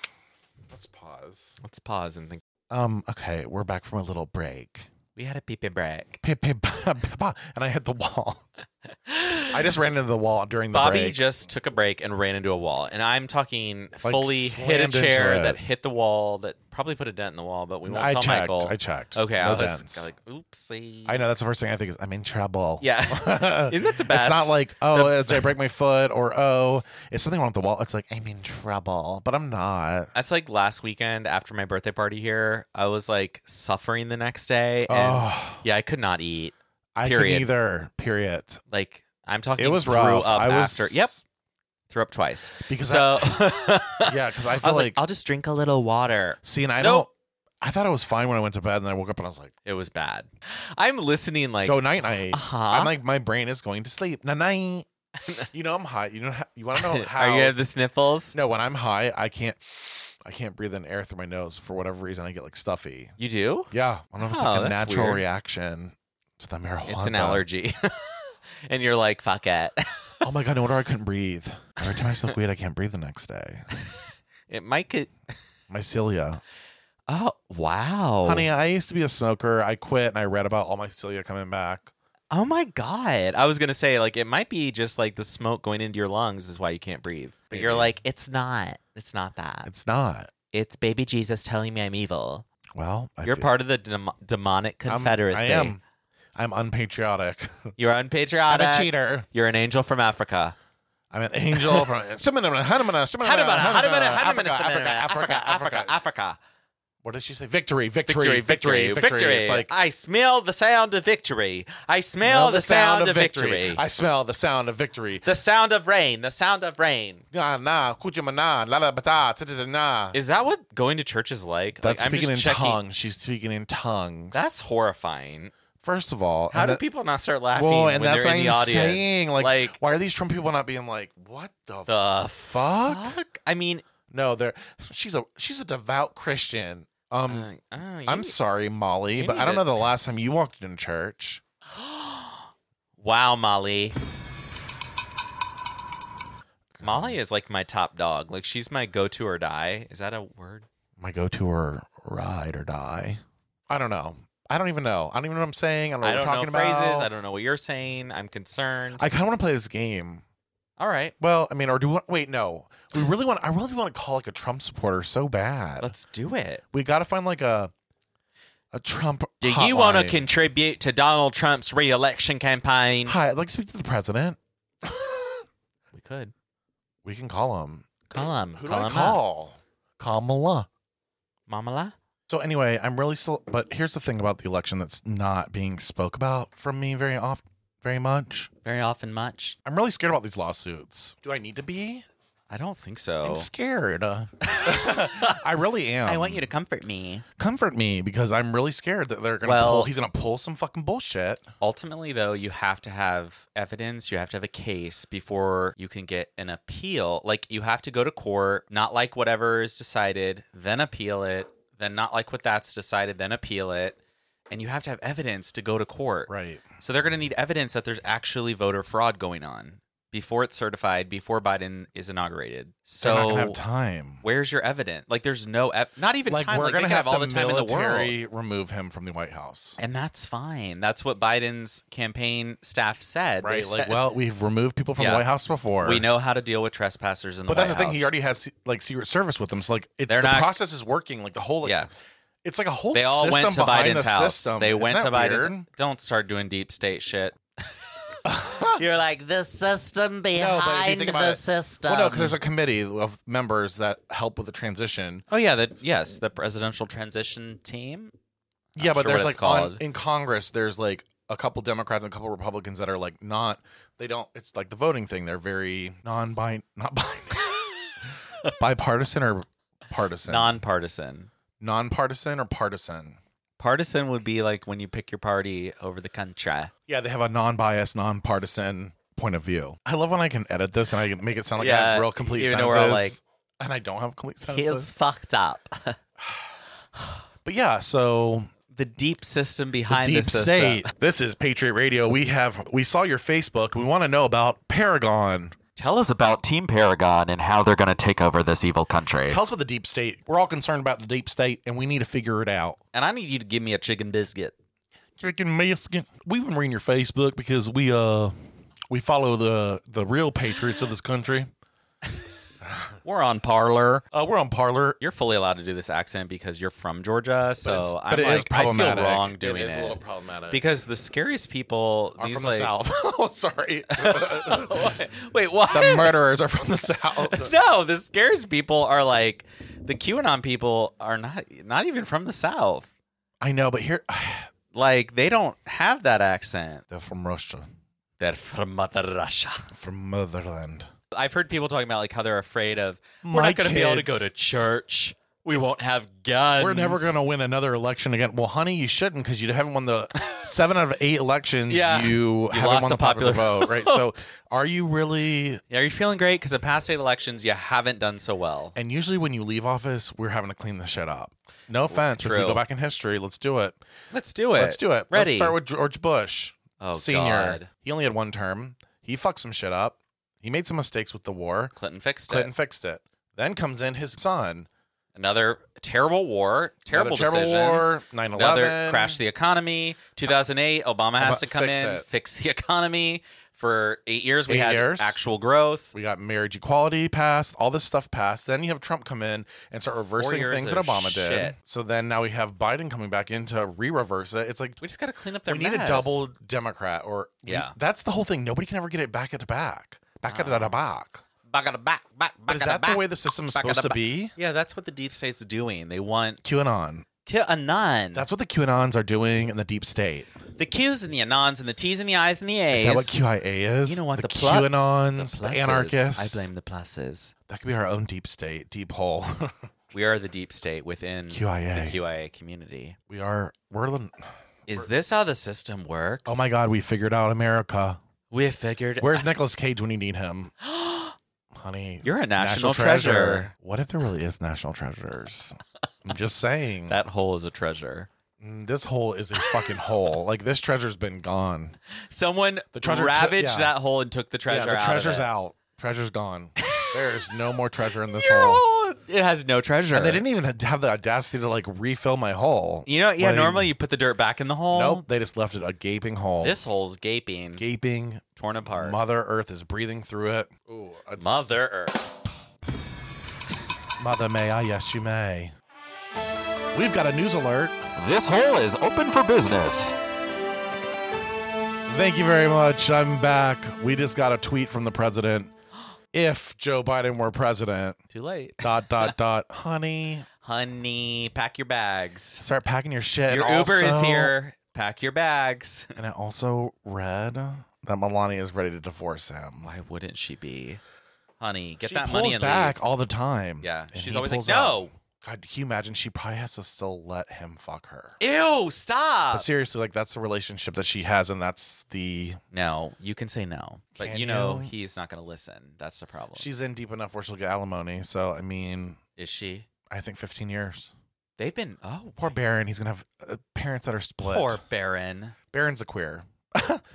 Speaker 8: Let's pause.
Speaker 6: Let's pause and think.
Speaker 8: Um. Okay, we're back from a little break.
Speaker 6: We had a peeping break.
Speaker 8: Pip, pip, pa, pa, pa, And I hit the wall. I just ran into the wall during the
Speaker 6: Bobby
Speaker 8: break.
Speaker 6: just took a break and ran into a wall, and I'm talking
Speaker 8: Like,
Speaker 6: fully hit a
Speaker 8: slammed into
Speaker 6: chair
Speaker 8: it.
Speaker 6: that hit the wall that probably put a dent in the wall, but we won't
Speaker 8: I
Speaker 6: tell
Speaker 8: checked,
Speaker 6: Michael.
Speaker 8: I checked.
Speaker 6: Okay, I
Speaker 8: No
Speaker 6: was
Speaker 8: dents.
Speaker 6: kinda like, oopsie.
Speaker 8: I know that's the first thing I think is I'm in trouble.
Speaker 6: Yeah. Isn't that the best?
Speaker 8: It's not like oh did I break my foot or oh is something wrong with the wall. It's like I'm in trouble, but I'm not.
Speaker 6: That's like last weekend after my birthday party here. I was like suffering the next day, and yeah, I could not eat.
Speaker 8: I
Speaker 6: Period.
Speaker 8: can either. Period.
Speaker 6: Like I'm talking,
Speaker 8: It was
Speaker 6: threw
Speaker 8: rough.
Speaker 6: up
Speaker 8: I was
Speaker 6: after. Yep, threw up twice.
Speaker 8: because
Speaker 6: so
Speaker 8: I, yeah, because I
Speaker 6: I
Speaker 8: feel
Speaker 6: was like,
Speaker 8: like,
Speaker 6: I'll just drink a little water.
Speaker 8: see, and I
Speaker 6: Nope.
Speaker 8: don't. I thought I was fine when I went to bed, and then I woke up and I was like,
Speaker 6: It was bad. I'm listening like
Speaker 8: go night night.
Speaker 6: Uh-huh.
Speaker 8: I'm like my brain is going to sleep. Night night. you know I'm hot. You know how, you want to know Oh, how
Speaker 6: Are you have the sniffles?
Speaker 8: No, when I'm high, I can't I can't breathe in air through my nose for whatever reason. I get like stuffy.
Speaker 6: You do?
Speaker 8: Yeah, I don't know if it's
Speaker 6: Oh,
Speaker 8: like a
Speaker 6: that's
Speaker 8: natural
Speaker 6: weird.
Speaker 8: reaction to the marijuana.
Speaker 6: It's an allergy. and you're like, fuck it.
Speaker 8: oh my god, no wonder I couldn't breathe. Every time I smoke weed, I can't breathe the next day.
Speaker 6: It might get
Speaker 8: My cilia.
Speaker 6: Oh wow.
Speaker 8: Honey, uh I used to be a smoker. I quit and I read about all my cilia coming back.
Speaker 6: Oh my god. I was gonna say, like, it might be just like the smoke going into your lungs is why you can't breathe. But you're
Speaker 8: Maybe.
Speaker 6: like, it's not. It's not that. It's,
Speaker 8: It's not.
Speaker 6: baby Jesus telling me I'm evil.
Speaker 8: Well, I
Speaker 6: you're
Speaker 8: feel-
Speaker 6: part of the dem- demonic
Speaker 8: I'm-
Speaker 6: confederacy.
Speaker 8: I am. I'm unpatriotic.
Speaker 6: You're
Speaker 8: I'm
Speaker 6: unpatriotic.
Speaker 8: a cheater.
Speaker 6: You're an angel from Africa.
Speaker 8: I'm an angel from Africa,
Speaker 6: Hadamana, hadamana, hadamana,
Speaker 8: Africa,
Speaker 6: hadamana,
Speaker 8: Africa, Africa, Africa.
Speaker 6: Africa.
Speaker 8: What does she say? Victory, victory, victory, victory. It's like
Speaker 6: I smell the sound of victory. I smell the, sound, of victory.
Speaker 8: I smell the sound of victory.
Speaker 6: the sound of rain. The sound of rain.
Speaker 8: Nah, nah, kuchimana, la la bata, ta, ta, ta, nah.
Speaker 6: Is that what going to church is like?
Speaker 8: That's
Speaker 6: like, I'm
Speaker 8: speaking in
Speaker 6: just checking-
Speaker 8: tongues. She's speaking in tongues.
Speaker 6: That's horrifying.
Speaker 8: first of all.
Speaker 6: How
Speaker 8: and
Speaker 6: do
Speaker 8: that-
Speaker 6: people not start laughing
Speaker 8: Well,
Speaker 6: when
Speaker 8: and that's
Speaker 6: they're
Speaker 8: what
Speaker 6: in
Speaker 8: I'm
Speaker 6: the audience?
Speaker 8: saying. Like, why are these Trump people not being like, what the,
Speaker 6: the
Speaker 8: fuck?
Speaker 6: fuck? I mean,
Speaker 8: No, they're she's a she's a devout Christian. Um,
Speaker 6: uh, uh, you
Speaker 8: I'm
Speaker 6: need-
Speaker 8: sorry, Molly,
Speaker 6: you
Speaker 8: but
Speaker 6: need
Speaker 8: I don't
Speaker 6: to-
Speaker 8: know the last time you walked in church.
Speaker 6: Wow, Molly. Molly is like my top dog. Like she's my go to or die. Is that a word?
Speaker 8: My go-to or ride or die. I don't know. I don't even know. I don't even know what I'm saying. I don't know
Speaker 6: I
Speaker 8: what
Speaker 6: don't
Speaker 8: we're
Speaker 6: know
Speaker 8: talking about.
Speaker 6: phrases. I don't know what you're saying. I'm concerned.
Speaker 8: I kind of want to play this game.
Speaker 6: All right,
Speaker 8: Well, I mean, or do we, wait? No, we really want. I really want to call like a Trump supporter so bad.
Speaker 6: let's do it.
Speaker 8: we got to find like a a Trump.
Speaker 6: Do you want to
Speaker 8: hotline.
Speaker 6: contribute to Donald Trump's reelection campaign?
Speaker 8: Hi, I'd like to speak to the president.
Speaker 6: We could
Speaker 8: We can call him.
Speaker 6: call him.
Speaker 8: Who
Speaker 6: call
Speaker 8: do I
Speaker 6: him up.
Speaker 8: call? Kamala.
Speaker 6: Mamala.
Speaker 8: So anyway, I'm really still. But here's the thing about the election that's not being spoke about from me very often, very much.
Speaker 6: Very often, much.
Speaker 8: I'm really scared about these lawsuits. Do I need to be?
Speaker 6: I don't think so.
Speaker 8: I'm scared. I really am.
Speaker 6: Oh. I want you to comfort me.
Speaker 8: comfort me because I'm really scared that they're gonna
Speaker 6: Well-
Speaker 8: pull. He's gonna pull some fucking bullshit.
Speaker 6: Ultimately, though, you have to have evidence, you have to have a case before you can get an appeal. Like, you have to go to court, not like whatever is decided, then appeal it, then not like what that's decided, then appeal it. And you have to have evidence to go to court.
Speaker 8: Right.
Speaker 6: So they're going to need evidence that there's actually voter fraud going on before it's certified, before Biden is inaugurated.
Speaker 8: So they're not gonna
Speaker 6: So
Speaker 8: have time.
Speaker 6: where's your evidence? Like, there's no, ev- not even
Speaker 8: Like
Speaker 6: time.
Speaker 8: we're
Speaker 6: like, they
Speaker 8: gonna
Speaker 6: can
Speaker 8: have,
Speaker 6: have all
Speaker 8: the,
Speaker 6: the time in the world.
Speaker 8: military remove him from the White House.
Speaker 6: And that's fine. That's what Biden's campaign staff said. They
Speaker 8: Right. Like,
Speaker 6: said,
Speaker 8: well, we've removed people from
Speaker 6: Yeah.
Speaker 8: the White House before.
Speaker 6: we know how to deal with trespassers in the
Speaker 8: But that's
Speaker 6: White
Speaker 8: the thing. He
Speaker 6: House.
Speaker 8: already has like Secret Service with him. So like, it's,
Speaker 6: They're
Speaker 8: the
Speaker 6: not-
Speaker 8: process is working. Like the whole. Like,
Speaker 6: Yeah.
Speaker 8: It's like a whole.
Speaker 6: They all
Speaker 8: system
Speaker 6: went to
Speaker 8: behind
Speaker 6: Biden's
Speaker 8: the
Speaker 6: house.
Speaker 8: System.
Speaker 6: They
Speaker 8: Isn't
Speaker 6: went to
Speaker 8: that
Speaker 6: Biden's.
Speaker 8: weird?
Speaker 6: Don't start doing deep state shit. You're like the system
Speaker 8: No, but if you
Speaker 6: behind
Speaker 8: think about
Speaker 6: the
Speaker 8: it-
Speaker 6: system.
Speaker 8: Well, no, because there's a committee of members that help with the transition.
Speaker 6: oh yeah, the, yes, the presidential transition team.
Speaker 8: Yeah, but
Speaker 6: sure what
Speaker 8: there's
Speaker 6: it's
Speaker 8: like on,
Speaker 6: called.
Speaker 8: in Congress, there's like a couple Democrats and a couple Republicans that are like not. They don't. It's like the voting thing. They're very non-bind, not bind, bipartisan or partisan,
Speaker 6: Nonpartisan.
Speaker 8: non-partisan or partisan.
Speaker 6: Partisan would be like when you pick your party over the country.
Speaker 8: Yeah, they have a non-biased, non-partisan point of view. I love when I can edit this and I can make it sound like I
Speaker 6: Yeah,
Speaker 8: have real complete
Speaker 6: even though
Speaker 8: sentences.
Speaker 6: we're all
Speaker 8: and I don't have complete sentences.
Speaker 6: He's fucked up.
Speaker 8: But yeah, so
Speaker 6: the deep system behind
Speaker 8: deep
Speaker 6: the system.
Speaker 8: state. This is Patriot Radio. We have we saw your Facebook. We want to know about Paragon.
Speaker 6: Tell us about Team Paragon and how they're going to take over this evil country.
Speaker 8: Tell us about the deep state. We're all concerned about the deep state, and we need to figure it out.
Speaker 6: And I need you to give me a chicken biscuit.
Speaker 8: Chicken biscuit. We've been reading your Facebook because we uh we follow the the real patriots of this country.
Speaker 6: We're on Parlor.
Speaker 8: Uh, we're on Parlor.
Speaker 6: You're fully allowed to do this accent because you're from Georgia. So
Speaker 8: it's-
Speaker 6: I'm
Speaker 8: but it is
Speaker 6: like,
Speaker 8: problematic.
Speaker 6: I feel wrong
Speaker 8: It
Speaker 6: doing it.
Speaker 8: is a little problematic.
Speaker 6: because the scariest people
Speaker 8: Are
Speaker 6: these
Speaker 8: from
Speaker 6: like,
Speaker 8: the south. oh, sorry. the
Speaker 6: Wait, what?
Speaker 8: murderers are from the south.
Speaker 6: no, the scariest people are like the QAnon people are not not even from the south.
Speaker 8: I know, but here
Speaker 6: Like they don't have that accent.
Speaker 8: they're from Russia,
Speaker 6: They're from Mother Russia.
Speaker 8: from motherland.
Speaker 6: I've heard people talking about like how they're afraid of we're
Speaker 8: My
Speaker 6: not going to be able to
Speaker 8: kids-
Speaker 6: go to church. We won't have guns.
Speaker 8: We're never going to win another election again. Well, honey, you shouldn't because you haven't won the seven out of eight elections.
Speaker 6: Yeah.
Speaker 8: You,
Speaker 6: You
Speaker 8: haven't
Speaker 6: lost
Speaker 8: won
Speaker 6: the
Speaker 8: the popular,
Speaker 6: popular
Speaker 8: vote, right? So, are you really?
Speaker 6: Yeah, you're feeling great because the past state elections you haven't done so well.
Speaker 8: And usually, when you leave office, we're having to clean this shit up. No offense, but if we
Speaker 6: true.
Speaker 8: go back in history, let's do it.
Speaker 6: Let's do it.
Speaker 8: Let's do it.
Speaker 6: Ready?
Speaker 8: Let's start with George Bush,
Speaker 6: Oh,
Speaker 8: senior.
Speaker 6: God.
Speaker 8: He only had one term. He fucked some shit up. He made some mistakes with the war.
Speaker 6: Clinton fixed
Speaker 8: Clinton
Speaker 6: it.
Speaker 8: fixed it. Then comes in his son.
Speaker 6: Another terrible war. Terrible,
Speaker 8: Another terrible
Speaker 6: decisions.
Speaker 8: war, 9/11.
Speaker 6: Another crash the economy. 2008. Obama has
Speaker 8: Obama-
Speaker 6: to come
Speaker 8: fix
Speaker 6: in,
Speaker 8: it.
Speaker 6: fix the economy. For eight years, we
Speaker 8: Eight
Speaker 6: had
Speaker 8: years.
Speaker 6: actual growth.
Speaker 8: We got marriage equality passed, all this stuff passed. Then you have Trump come in and start reversing
Speaker 6: years
Speaker 8: things that
Speaker 6: of
Speaker 8: Obama did.
Speaker 6: shit.
Speaker 8: So then now we have Biden coming back in to re-reverse it. It's like
Speaker 6: We just got to clean up their.
Speaker 8: we need a
Speaker 6: mess.
Speaker 8: double Democrat, or
Speaker 6: Yeah.
Speaker 8: that's the whole thing. Nobody can ever get it back at the back, back at the back.
Speaker 6: Back at the back, back, back
Speaker 8: But is
Speaker 6: at
Speaker 8: that the
Speaker 6: back,
Speaker 8: way the system is
Speaker 6: back at
Speaker 8: supposed to
Speaker 6: the back.
Speaker 8: be?
Speaker 6: Yeah, that's what the deep state's doing. They want
Speaker 8: QAnon.
Speaker 6: kill a nun.
Speaker 8: That's what the QAnons are doing in the deep state.
Speaker 6: the Q's and the anons and the T's and the I's and the A's.
Speaker 8: Is that what QIA is?
Speaker 6: you know what
Speaker 8: The,
Speaker 6: the, plu-
Speaker 8: QAnons, the,
Speaker 6: pluses.
Speaker 8: anarchists.
Speaker 6: I blame the pluses.
Speaker 8: That could be our own deep state, deep hole.
Speaker 6: We are the deep state within
Speaker 8: QIA.
Speaker 6: the QIA community.
Speaker 8: we are. We're the.
Speaker 6: Is this how the system works?
Speaker 8: Oh my God! We figured out America.
Speaker 6: We figured.
Speaker 8: Where's Nicolas Cage when you need him? Honey,
Speaker 6: You're a national treasure.
Speaker 8: What if there really is national treasures? I'm just saying.
Speaker 6: that hole is a treasure.
Speaker 8: Mm, this hole is a fucking hole. Like this treasure's been gone.
Speaker 6: Someone
Speaker 8: The treasure took-
Speaker 6: ravaged
Speaker 8: yeah.
Speaker 6: that hole and took the treasure.
Speaker 8: yeah, the
Speaker 6: out
Speaker 8: treasure's
Speaker 6: of it.
Speaker 8: out. Treasure's gone. There's no more treasure in this
Speaker 6: Your
Speaker 8: hole.
Speaker 6: hole. It has no treasure.
Speaker 8: And they didn't e- even have the audacity to like refill my hole.
Speaker 6: You know, yeah.
Speaker 8: Like,
Speaker 6: normally you put the dirt back in the hole.
Speaker 8: nope. They just left it a gaping hole.
Speaker 6: This hole's gaping,
Speaker 8: gaping
Speaker 6: torn apart.
Speaker 8: Mother Earth is breathing through it. Ooh, it's-
Speaker 6: Mother Earth.
Speaker 8: Mother, may I? Yes, you may. We've got a news alert.
Speaker 4: This hole is open for business.
Speaker 8: Thank you very much. I'm back. We just got a tweet from the president. If Joe Biden were president,
Speaker 6: Too late,
Speaker 8: dot dot dot, honey,
Speaker 6: honey. Pack your bags.
Speaker 8: start packing your shit.
Speaker 6: Your
Speaker 8: And
Speaker 6: Uber is
Speaker 8: also-
Speaker 6: here. Pack your bags.
Speaker 8: And I also read that Melania is ready to divorce him.
Speaker 6: Why wouldn't she be? Honey, get
Speaker 8: she
Speaker 6: that
Speaker 8: pulls
Speaker 6: money and
Speaker 8: back
Speaker 6: leave.
Speaker 8: all the time.
Speaker 6: Yeah,
Speaker 8: And
Speaker 6: she's
Speaker 8: he
Speaker 6: always like,
Speaker 8: pulls
Speaker 6: "No."
Speaker 8: out. God, can you imagine? She probably has to still let him fuck her.
Speaker 6: Ew, stop.
Speaker 8: But seriously, like that's the relationship that she has, and that's the
Speaker 6: No, you can say no, but
Speaker 8: Can
Speaker 6: you know
Speaker 8: you?
Speaker 6: he's not going to listen. That's the problem.
Speaker 8: she's in deep enough where she'll get alimony. So I mean,
Speaker 6: is she?
Speaker 8: I think 15 years.
Speaker 6: They've been oh
Speaker 8: Poor Baron, he's gonna have uh, parents that are split.
Speaker 6: poor Baron.
Speaker 8: Baron's a queer.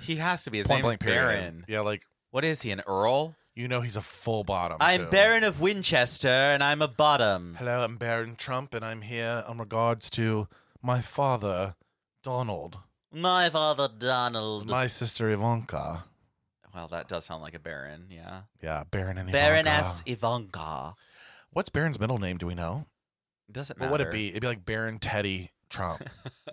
Speaker 6: He has to be. His
Speaker 8: Point
Speaker 6: name's
Speaker 8: blank period.
Speaker 6: Baron.
Speaker 8: Yeah, like
Speaker 6: What is he? An Earl?
Speaker 8: you know, he's a full bottom.
Speaker 6: I'm
Speaker 8: too.
Speaker 6: Baron of Winchester, and I'm a bottom.
Speaker 8: Hello, I'm Baron Trump, and I'm here in regards to my father, Donald,
Speaker 6: My father Donald.
Speaker 8: my sister Ivanka.
Speaker 6: well, that does sound like a Baron. Yeah,
Speaker 8: Yeah, Baron and Ivanka.
Speaker 6: Baroness Ivanka.
Speaker 8: What's Baron's middle name? Do we know?
Speaker 6: Doesn't matter.
Speaker 8: What would it be? It'd be like Baron Teddy Trump. Oh,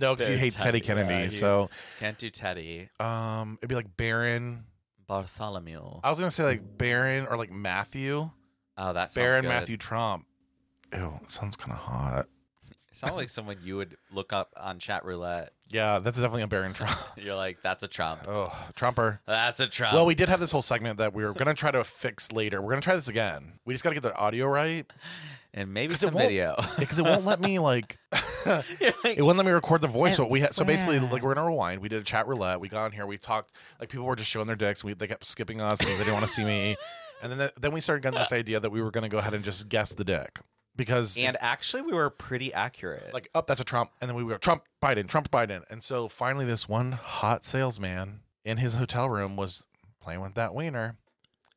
Speaker 8: no, because he
Speaker 6: Baron
Speaker 8: hates Teddy
Speaker 6: Teddy, yeah,
Speaker 8: Kennedy.
Speaker 6: he-
Speaker 8: so,
Speaker 6: Can't do Teddy.
Speaker 8: um, it'd be like Baron.
Speaker 6: Bartholomew.
Speaker 8: I was gonna say like Baron or like Matthew.
Speaker 6: Oh, that sounds
Speaker 8: Baron
Speaker 6: good.
Speaker 8: Matthew Trump. Ew, it sounds kind of hot.
Speaker 6: It sounds like someone you would look up on chat roulette.
Speaker 8: Yeah, that's definitely a Baron Trump.
Speaker 6: You're like, that's a Trump.
Speaker 8: oh, Trumper.
Speaker 6: That's a Trump.
Speaker 8: Well, we did have this whole segment that we were going to try to fix later. We're going to try this again. We just got to get the audio right
Speaker 6: and maybe
Speaker 8: 'Cause it
Speaker 6: some
Speaker 8: won't-
Speaker 6: video.
Speaker 8: because it won't let me like it wouldn't let me record the voice. But we had so basically like we're going to rewind. We did a chat roulette. We got on here. We talked like people were just showing their dicks. We they kept skipping us because they didn't want to see me. And then that, then we started getting this idea that we were going to go ahead and just guess the dick because
Speaker 6: and actually, we were pretty accurate.
Speaker 8: like up that's a Trump, and then we go Trump Biden, Trump Biden, and so finally this one hot salesman in his hotel room was playing with that wiener,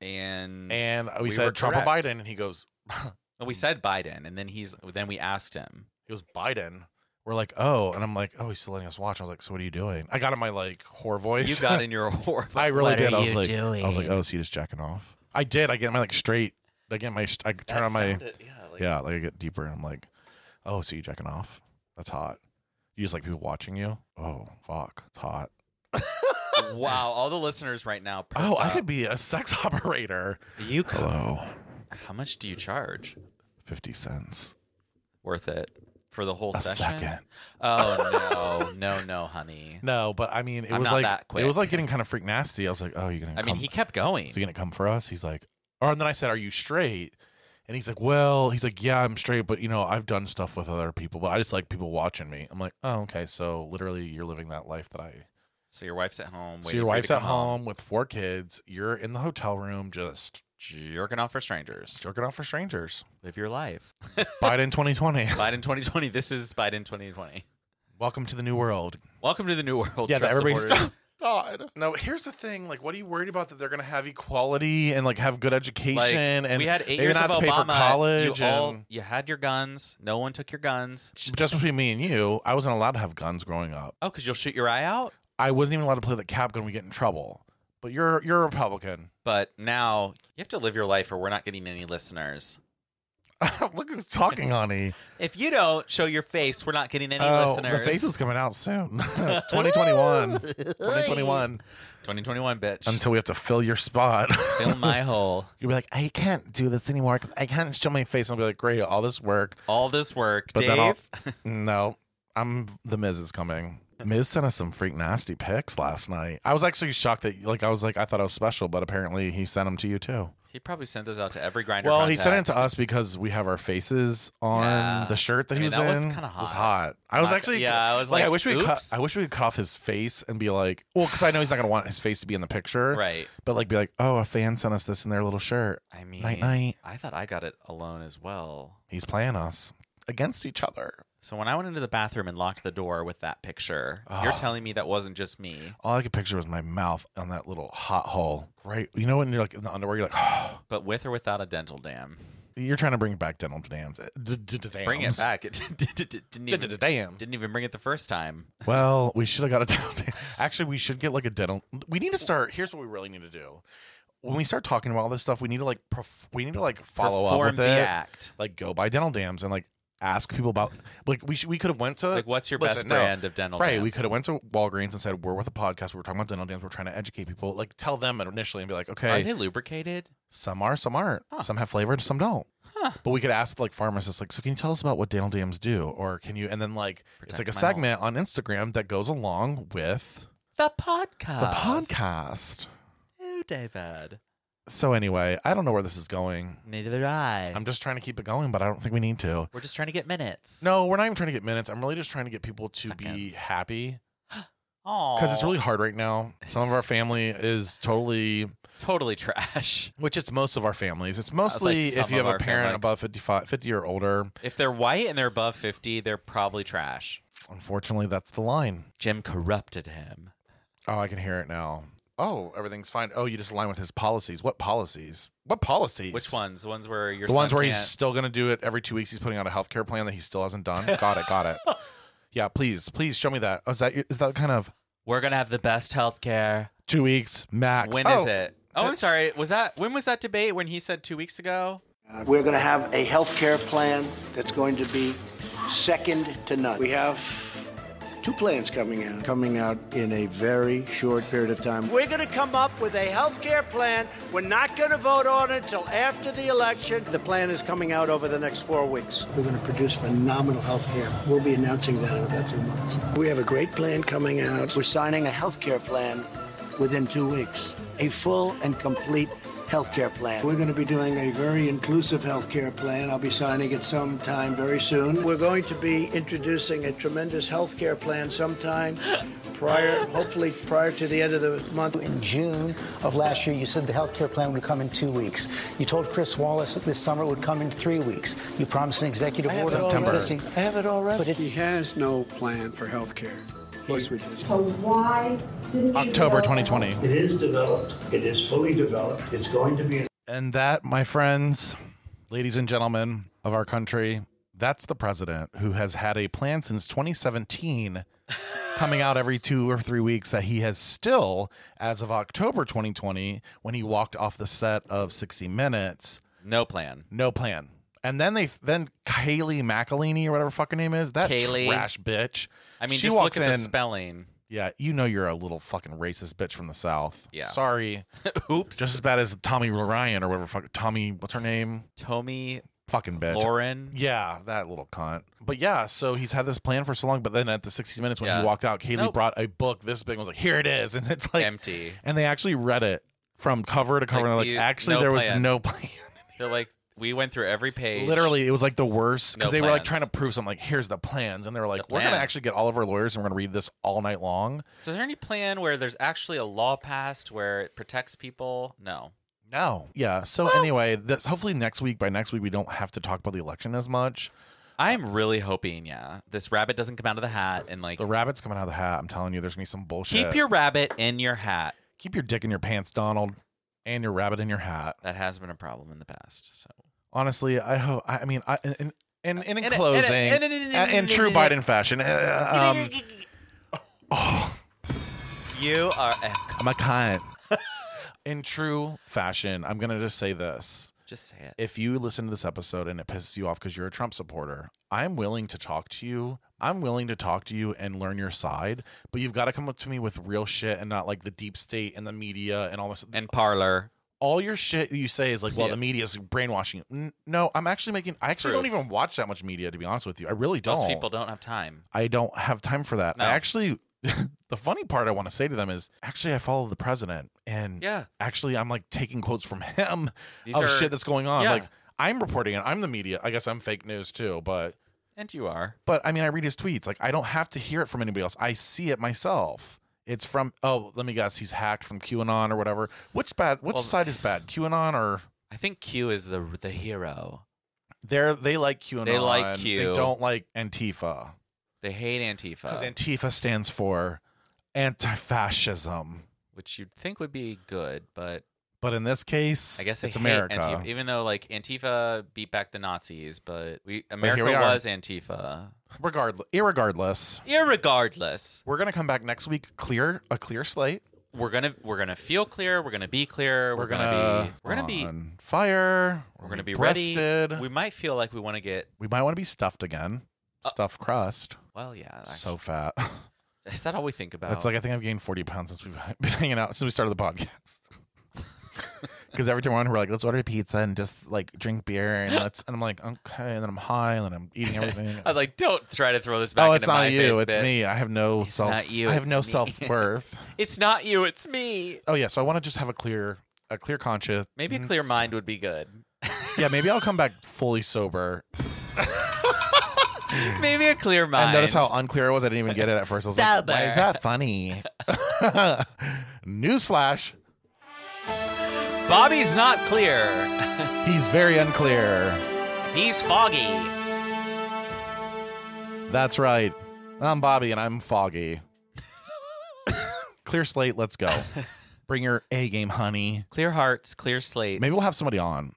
Speaker 6: and
Speaker 8: and Mm. we,
Speaker 6: were
Speaker 8: said Trump or
Speaker 6: correct.
Speaker 8: Biden, and he goes
Speaker 6: Well, We said Biden, and then he's then we asked him.
Speaker 8: It was Biden. we're like, oh, and I'm like, oh, he's still letting us watch. I was like, so what are you doing? I got in my like whore voice.
Speaker 6: You got in your horror.
Speaker 8: I really
Speaker 6: What
Speaker 8: did.
Speaker 6: Are
Speaker 8: I
Speaker 6: you
Speaker 8: was like,
Speaker 6: doing?
Speaker 8: I was like, oh, is he just jacking off? I did. I get my like straight. I get my. I turn on my.
Speaker 6: yeah,
Speaker 8: yeah, like I get deeper, and I'm like, oh, so you jacking off? That's hot. You just like people watching you. Oh, fuck, it's hot.
Speaker 6: Wow, all the listeners right now. perked
Speaker 8: Oh, I
Speaker 6: up.
Speaker 8: could be a sex operator.
Speaker 6: You could.
Speaker 8: Hello,
Speaker 6: How much do you charge?
Speaker 8: fifty cents
Speaker 6: Worth it for the whole
Speaker 8: a
Speaker 6: session?
Speaker 8: second.
Speaker 6: Oh no, no, no, honey.
Speaker 8: No, but I mean, it
Speaker 6: I'm
Speaker 8: was
Speaker 6: not
Speaker 8: like
Speaker 6: that
Speaker 8: it was
Speaker 6: quick.
Speaker 8: like getting kind of freak nasty. I was like, oh, you're gonna.
Speaker 6: I mean,
Speaker 8: come-
Speaker 6: he kept going.
Speaker 8: is he gonna come for us? He's like, or and then I said, are you straight? And he's like, well, he's like, yeah, I'm straight, but you know, I've done stuff with other people, but I just like people watching me. I'm like, oh, okay, so literally, you're living that life that I.
Speaker 6: So your wife's at home.
Speaker 8: so
Speaker 6: waiting
Speaker 8: your
Speaker 6: for you to
Speaker 8: wife's at
Speaker 6: come home,
Speaker 8: home with four kids. You're in the hotel room, just
Speaker 6: jerking off for strangers.
Speaker 8: jerking off for strangers.
Speaker 6: Live your life.
Speaker 8: Biden 2020,
Speaker 6: Biden 2020. This is Biden 2020.
Speaker 8: welcome to the new world.
Speaker 6: Welcome to the new world.
Speaker 8: Yeah, that
Speaker 6: Trump
Speaker 8: everybody's-
Speaker 6: supporters.
Speaker 8: God. No, here's the thing. Like, what are you worried about that they're going to have equality and like have good education
Speaker 6: like,
Speaker 8: and
Speaker 6: we had eight
Speaker 8: they're
Speaker 6: years
Speaker 8: gonna
Speaker 6: of
Speaker 8: have to pay
Speaker 6: Obama.
Speaker 8: for college
Speaker 6: you, all-
Speaker 8: and
Speaker 6: you had your guns. No one took your guns.
Speaker 8: just between me and you, I wasn't allowed to have guns growing up.
Speaker 6: Oh, because you'll shoot your eye out.
Speaker 8: I wasn't even allowed to play the cap gun. We get in trouble. But you're you're a Republican.
Speaker 6: But now you have to live your life, or we're not getting any listeners.
Speaker 8: Look who's talking, honey.
Speaker 6: If you don't show your face, we're not getting any
Speaker 8: Oh,
Speaker 6: listeners.
Speaker 8: the face is coming out soon. 2021, 2021.
Speaker 6: 2021, bitch.
Speaker 8: Until we have to fill your spot.
Speaker 6: Fill my hole.
Speaker 8: You'll be like, I can't do this anymore because I can't show my face. I'll be like, great, all this work.
Speaker 6: All this work,
Speaker 8: But then I'll-
Speaker 6: Dave.
Speaker 8: No, I'm the Miz is coming. Miz sent us some freak nasty pics last night. I was actually shocked that like I was like I thought I was special, but apparently he sent them to you too.
Speaker 6: He probably sent those out to every grinder.
Speaker 8: Well, he sent it to
Speaker 6: contact.
Speaker 8: us because we have our faces on
Speaker 6: Yeah.
Speaker 8: the shirt that
Speaker 6: I
Speaker 8: he
Speaker 6: mean,
Speaker 8: was
Speaker 6: that was
Speaker 8: in.
Speaker 6: kinda
Speaker 8: It was
Speaker 6: hot.
Speaker 8: hot. I was
Speaker 6: Not-
Speaker 8: actually
Speaker 6: yeah, I was
Speaker 8: I
Speaker 6: like,
Speaker 8: wish we could cut,
Speaker 6: oops.
Speaker 8: I wish we could cut off his face and be like, well, because I know he's not gonna want his face to be in the picture,
Speaker 6: Right.
Speaker 8: But like, be like, oh, a fan sent us this in their little shirt.
Speaker 6: I mean,
Speaker 8: night night.
Speaker 6: I thought I got it alone as well.
Speaker 8: He's playing us against each other.
Speaker 6: So when I went into the bathroom and locked the door with that picture, you're
Speaker 8: Ah.
Speaker 6: telling me that wasn't just me,
Speaker 8: All I could picture was my mouth on that little hot hole. Right, you know when you're like in the underwear, you're like, oh,
Speaker 6: but with or without a dental dam.
Speaker 8: you're trying to bring back dental dams. D- d- d-
Speaker 6: Bring it
Speaker 8: dams.
Speaker 6: back. It didn't, didn't,
Speaker 8: D- d- d-
Speaker 6: even,
Speaker 8: Damn.
Speaker 6: didn't even bring it the first time.
Speaker 8: Well, we should have got a dental. dam. Actually, we should get like a dental. We need to start. Here's what we really need to do. When we start talking about all this stuff, we need to like perf- we need to like follow
Speaker 6: Perform
Speaker 8: up with
Speaker 6: the
Speaker 8: it.
Speaker 6: act.
Speaker 8: Like go buy dental dams and like ask people about like we should, we could have went to
Speaker 6: Like, what's your best
Speaker 8: no.
Speaker 6: brand of dental
Speaker 8: Right,
Speaker 6: dam?
Speaker 8: we could have went to Walgreens and said we're with a podcast. We're talking about dental dams. We're trying to educate people. Like tell them initially and be like, okay,
Speaker 6: Are they lubricated?
Speaker 8: some are, some aren't. Some have flavored, some don't. But we could ask like pharmacists, like, so can you tell us about what dental dams do, or can you? And then like, it's like a
Speaker 6: my
Speaker 8: segment on Instagram that goes along with
Speaker 6: The podcast.
Speaker 8: the podcast.
Speaker 6: Oh, David.
Speaker 8: So anyway, I don't know where this is going.
Speaker 6: Neither did I.
Speaker 8: I'm just trying to keep it going, but I don't think we need to.
Speaker 6: We're just trying to get minutes.
Speaker 8: No, we're not even trying to get minutes. I'm really just trying to get people to be
Speaker 6: Seconds.
Speaker 8: happy because it's
Speaker 6: Aw.
Speaker 8: really hard right now. Some of our family is totally
Speaker 6: totally trash.
Speaker 8: which it's most of our families. It's mostly
Speaker 6: some
Speaker 8: if you have
Speaker 6: of
Speaker 8: a
Speaker 6: our family.
Speaker 8: parent above 55 50 or older.
Speaker 6: If they're white and they're above 50, they're probably trash.
Speaker 8: Unfortunately, that's the line.
Speaker 6: Jim corrupted him.
Speaker 8: Oh, I can hear it now. Oh, everything's fine. Oh, you just align with his policies. What policies? What policies?
Speaker 6: Which ones? The ones where your
Speaker 8: The ones
Speaker 6: son
Speaker 8: where he's
Speaker 6: can't-
Speaker 8: still going to do it every two weeks. He's putting out a healthcare plan that he still hasn't done. Got it. Got it. Yeah, please, please show me that. Oh, is that your- is that kind of
Speaker 6: we're gonna have the best health care.
Speaker 8: two weeks max?
Speaker 6: When is
Speaker 8: Oh,
Speaker 6: it? Oh, I'm sorry. Was that when was that debate? When he said two weeks ago?
Speaker 10: We're going to have a health care plan that's going to be second to none. We have two plans coming out, coming out in a very short period of time. We're going to come up with a health care plan. We're not going to vote on it until after the election. The plan is coming out over the next four weeks. We're going to produce phenomenal health care. We'll be announcing that in about two months. We have a great plan coming out. We're signing a health care plan within two weeks. A full and complete healthcare plan. We're going to be doing a very inclusive healthcare plan. I'll be signing it sometime very soon. We're going to be introducing a tremendous healthcare plan sometime prior, hopefully prior to the end of the month. In June of last year, you said the healthcare plan would come in two weeks. You told Chris Wallace that this summer it would come in three weeks. You promised an executive
Speaker 8: I have
Speaker 10: order.
Speaker 8: it all September. ready.
Speaker 10: I have it all ready. But it,
Speaker 11: He has no plan for health care. Of course we do.
Speaker 9: So why didn't
Speaker 8: October 2020.
Speaker 10: it is developed. It is fully developed. It's going to be.
Speaker 8: And that, my friends, ladies and gentlemen of our country, That's the president who has had a plan since 2017 coming out every two or three weeks that he has still, as of October 2020, when he walked off the set of 60 Minutes,
Speaker 6: No plan.
Speaker 8: no plan. And then they then Kaylee McElhinney or whatever her fucking name is that
Speaker 6: Kaylee.
Speaker 8: trash bitch.
Speaker 6: I mean,
Speaker 8: she
Speaker 6: just
Speaker 8: walks
Speaker 6: look at the
Speaker 8: in-
Speaker 6: spelling.
Speaker 8: Yeah, you know you're a little fucking racist bitch from the south.
Speaker 6: Yeah.
Speaker 8: sorry.
Speaker 6: Oops.
Speaker 8: Just as bad as Tommy Ryan or whatever. Fuck, Tommy, what's her name?
Speaker 6: Tommy
Speaker 8: Fucking bitch.
Speaker 6: Lauren.
Speaker 8: Yeah, that little cunt. But yeah, so he's had this plan for so long. But then at the 60 minutes when
Speaker 6: Yeah.
Speaker 8: he walked out, Kaylee
Speaker 6: Nope.
Speaker 8: brought a book this big and was like, "Here it is," and it's like
Speaker 6: Empty.
Speaker 8: And they actually read it from cover to cover,
Speaker 6: Like,
Speaker 8: and they're
Speaker 6: you-
Speaker 8: like, "Actually,
Speaker 6: no
Speaker 8: there was
Speaker 6: plan.
Speaker 8: no plan."
Speaker 6: They're like, we went through every page.
Speaker 8: Literally, it was like the worst because
Speaker 6: No
Speaker 8: they were like
Speaker 6: plans.
Speaker 8: trying to prove something. Like, here's the plans, and they were like,
Speaker 6: The
Speaker 8: "We're gonna
Speaker 6: plan.
Speaker 8: actually get all of our lawyers, and we're gonna read this all night long."
Speaker 6: So is there any plan where there's actually a law passed where it protects people? No.
Speaker 8: No, yeah. So anyway, this hopefully next week. By next week, we don't have to talk about the election as much.
Speaker 6: I'm really hoping, yeah, this rabbit doesn't come out of the hat and like
Speaker 8: The rabbit's coming out of the hat. I'm telling you, there's gonna be some bullshit.
Speaker 6: keep your rabbit in your hat.
Speaker 8: keep your dick in your pants, Donald, and your rabbit in your hat.
Speaker 6: That has been a problem in the past. So
Speaker 8: Honestly, I hope. I I mean, I and and, and, and in
Speaker 6: And- and-
Speaker 8: closing,
Speaker 6: and- and- and-
Speaker 8: uh, in true Biden fashion, uh, um,
Speaker 6: you are eh,
Speaker 8: I'm a cunt. In true fashion, I'm gonna just say this.
Speaker 6: just say it.
Speaker 8: if you listen to this episode and it pisses you off because you're a Trump supporter, I'm willing to talk to you. I'm willing to talk to you and learn your side, but you've got to come up to me with real shit and not like the deep state and the media and all this.
Speaker 6: And parlor.
Speaker 8: all your shit you say is like, well, the media's brainwashing you. N- No, I'm actually making. I actually
Speaker 6: Proof.
Speaker 8: don't even watch that much media to be honest with you. I really don't.
Speaker 6: Most people don't have time.
Speaker 8: I don't have time for that.
Speaker 6: No.
Speaker 8: I actually. the funny part I want to say to them is actually I follow the president and
Speaker 6: Yeah.
Speaker 8: actually I'm like taking quotes from him
Speaker 6: These
Speaker 8: of
Speaker 6: are-
Speaker 8: shit that's going on.
Speaker 6: Yeah.
Speaker 8: Like I'm reporting it. I'm the media. I guess I'm fake news too, but
Speaker 6: And you are.
Speaker 8: but I mean I read his tweets. Like I don't have to hear it from anybody else. I see it myself. It's from oh, let me guess, he's hacked from QAnon or whatever. Which bad which
Speaker 6: Well-
Speaker 8: side is bad? QAnon or
Speaker 6: I think Q is the the hero.
Speaker 8: they're they like QAnon.
Speaker 6: They like
Speaker 8: They
Speaker 6: Q. Uh.
Speaker 8: don't like Antifa.
Speaker 6: They hate Antifa,
Speaker 8: Because Antifa stands for anti fascism.
Speaker 6: which you'd think would be good, but
Speaker 8: But in this case,
Speaker 6: I guess they
Speaker 8: it's
Speaker 6: hate
Speaker 8: America.
Speaker 6: Antifa, even though like Antifa beat back the Nazis, but we
Speaker 8: here
Speaker 6: America
Speaker 8: we are.
Speaker 6: was Antifa.
Speaker 8: Regardless, irregardless,
Speaker 6: Irregardless,
Speaker 8: we're gonna come back next week clear, a clear slate.
Speaker 6: we're gonna we're gonna feel clear. We're gonna be clear. We're, gonna, be we're gonna be
Speaker 8: on fire.
Speaker 6: we're gonna be ready.
Speaker 8: breasted.
Speaker 6: We Uh. might feel like we want to get
Speaker 8: We might want to be stuffed again. Stuffed crust.
Speaker 6: well, yeah. actually.
Speaker 8: So fat.
Speaker 6: is that all we think about?
Speaker 8: That's like I think I've gained forty pounds since we've been hanging out since we started the podcast. Because every time we're on, we're like, let's order pizza and just like drink beer and let's. And I'm like, okay. And then I'm high and then I'm eating everything.
Speaker 6: I was like, don't try to throw this back.
Speaker 8: oh, it's
Speaker 6: into
Speaker 8: not
Speaker 6: my
Speaker 8: you,
Speaker 6: face,
Speaker 8: it's
Speaker 6: bitch.
Speaker 8: me. I have no
Speaker 6: It's
Speaker 8: self.
Speaker 6: not you,
Speaker 8: I have
Speaker 6: it's
Speaker 8: no
Speaker 6: me.
Speaker 8: self worth.
Speaker 6: It's not you. It's me.
Speaker 8: oh yeah, so I want to just have a clear, a clear conscience.
Speaker 6: Maybe a clear mind would be good.
Speaker 8: Yeah, maybe I'll come back fully sober.
Speaker 6: Maybe a clear mind.
Speaker 8: And notice how unclear it was. I didn't even get it at first. I was like, why
Speaker 6: Sober.
Speaker 8: is that funny? Newsflash:
Speaker 6: Bobby's not clear.
Speaker 8: He's very unclear.
Speaker 6: He's foggy.
Speaker 8: That's right. I'm Bobby, and I'm foggy. clear slate. Let's go. Bring your A game, honey.
Speaker 6: Clear hearts, clear slates.
Speaker 8: Maybe we'll have somebody on.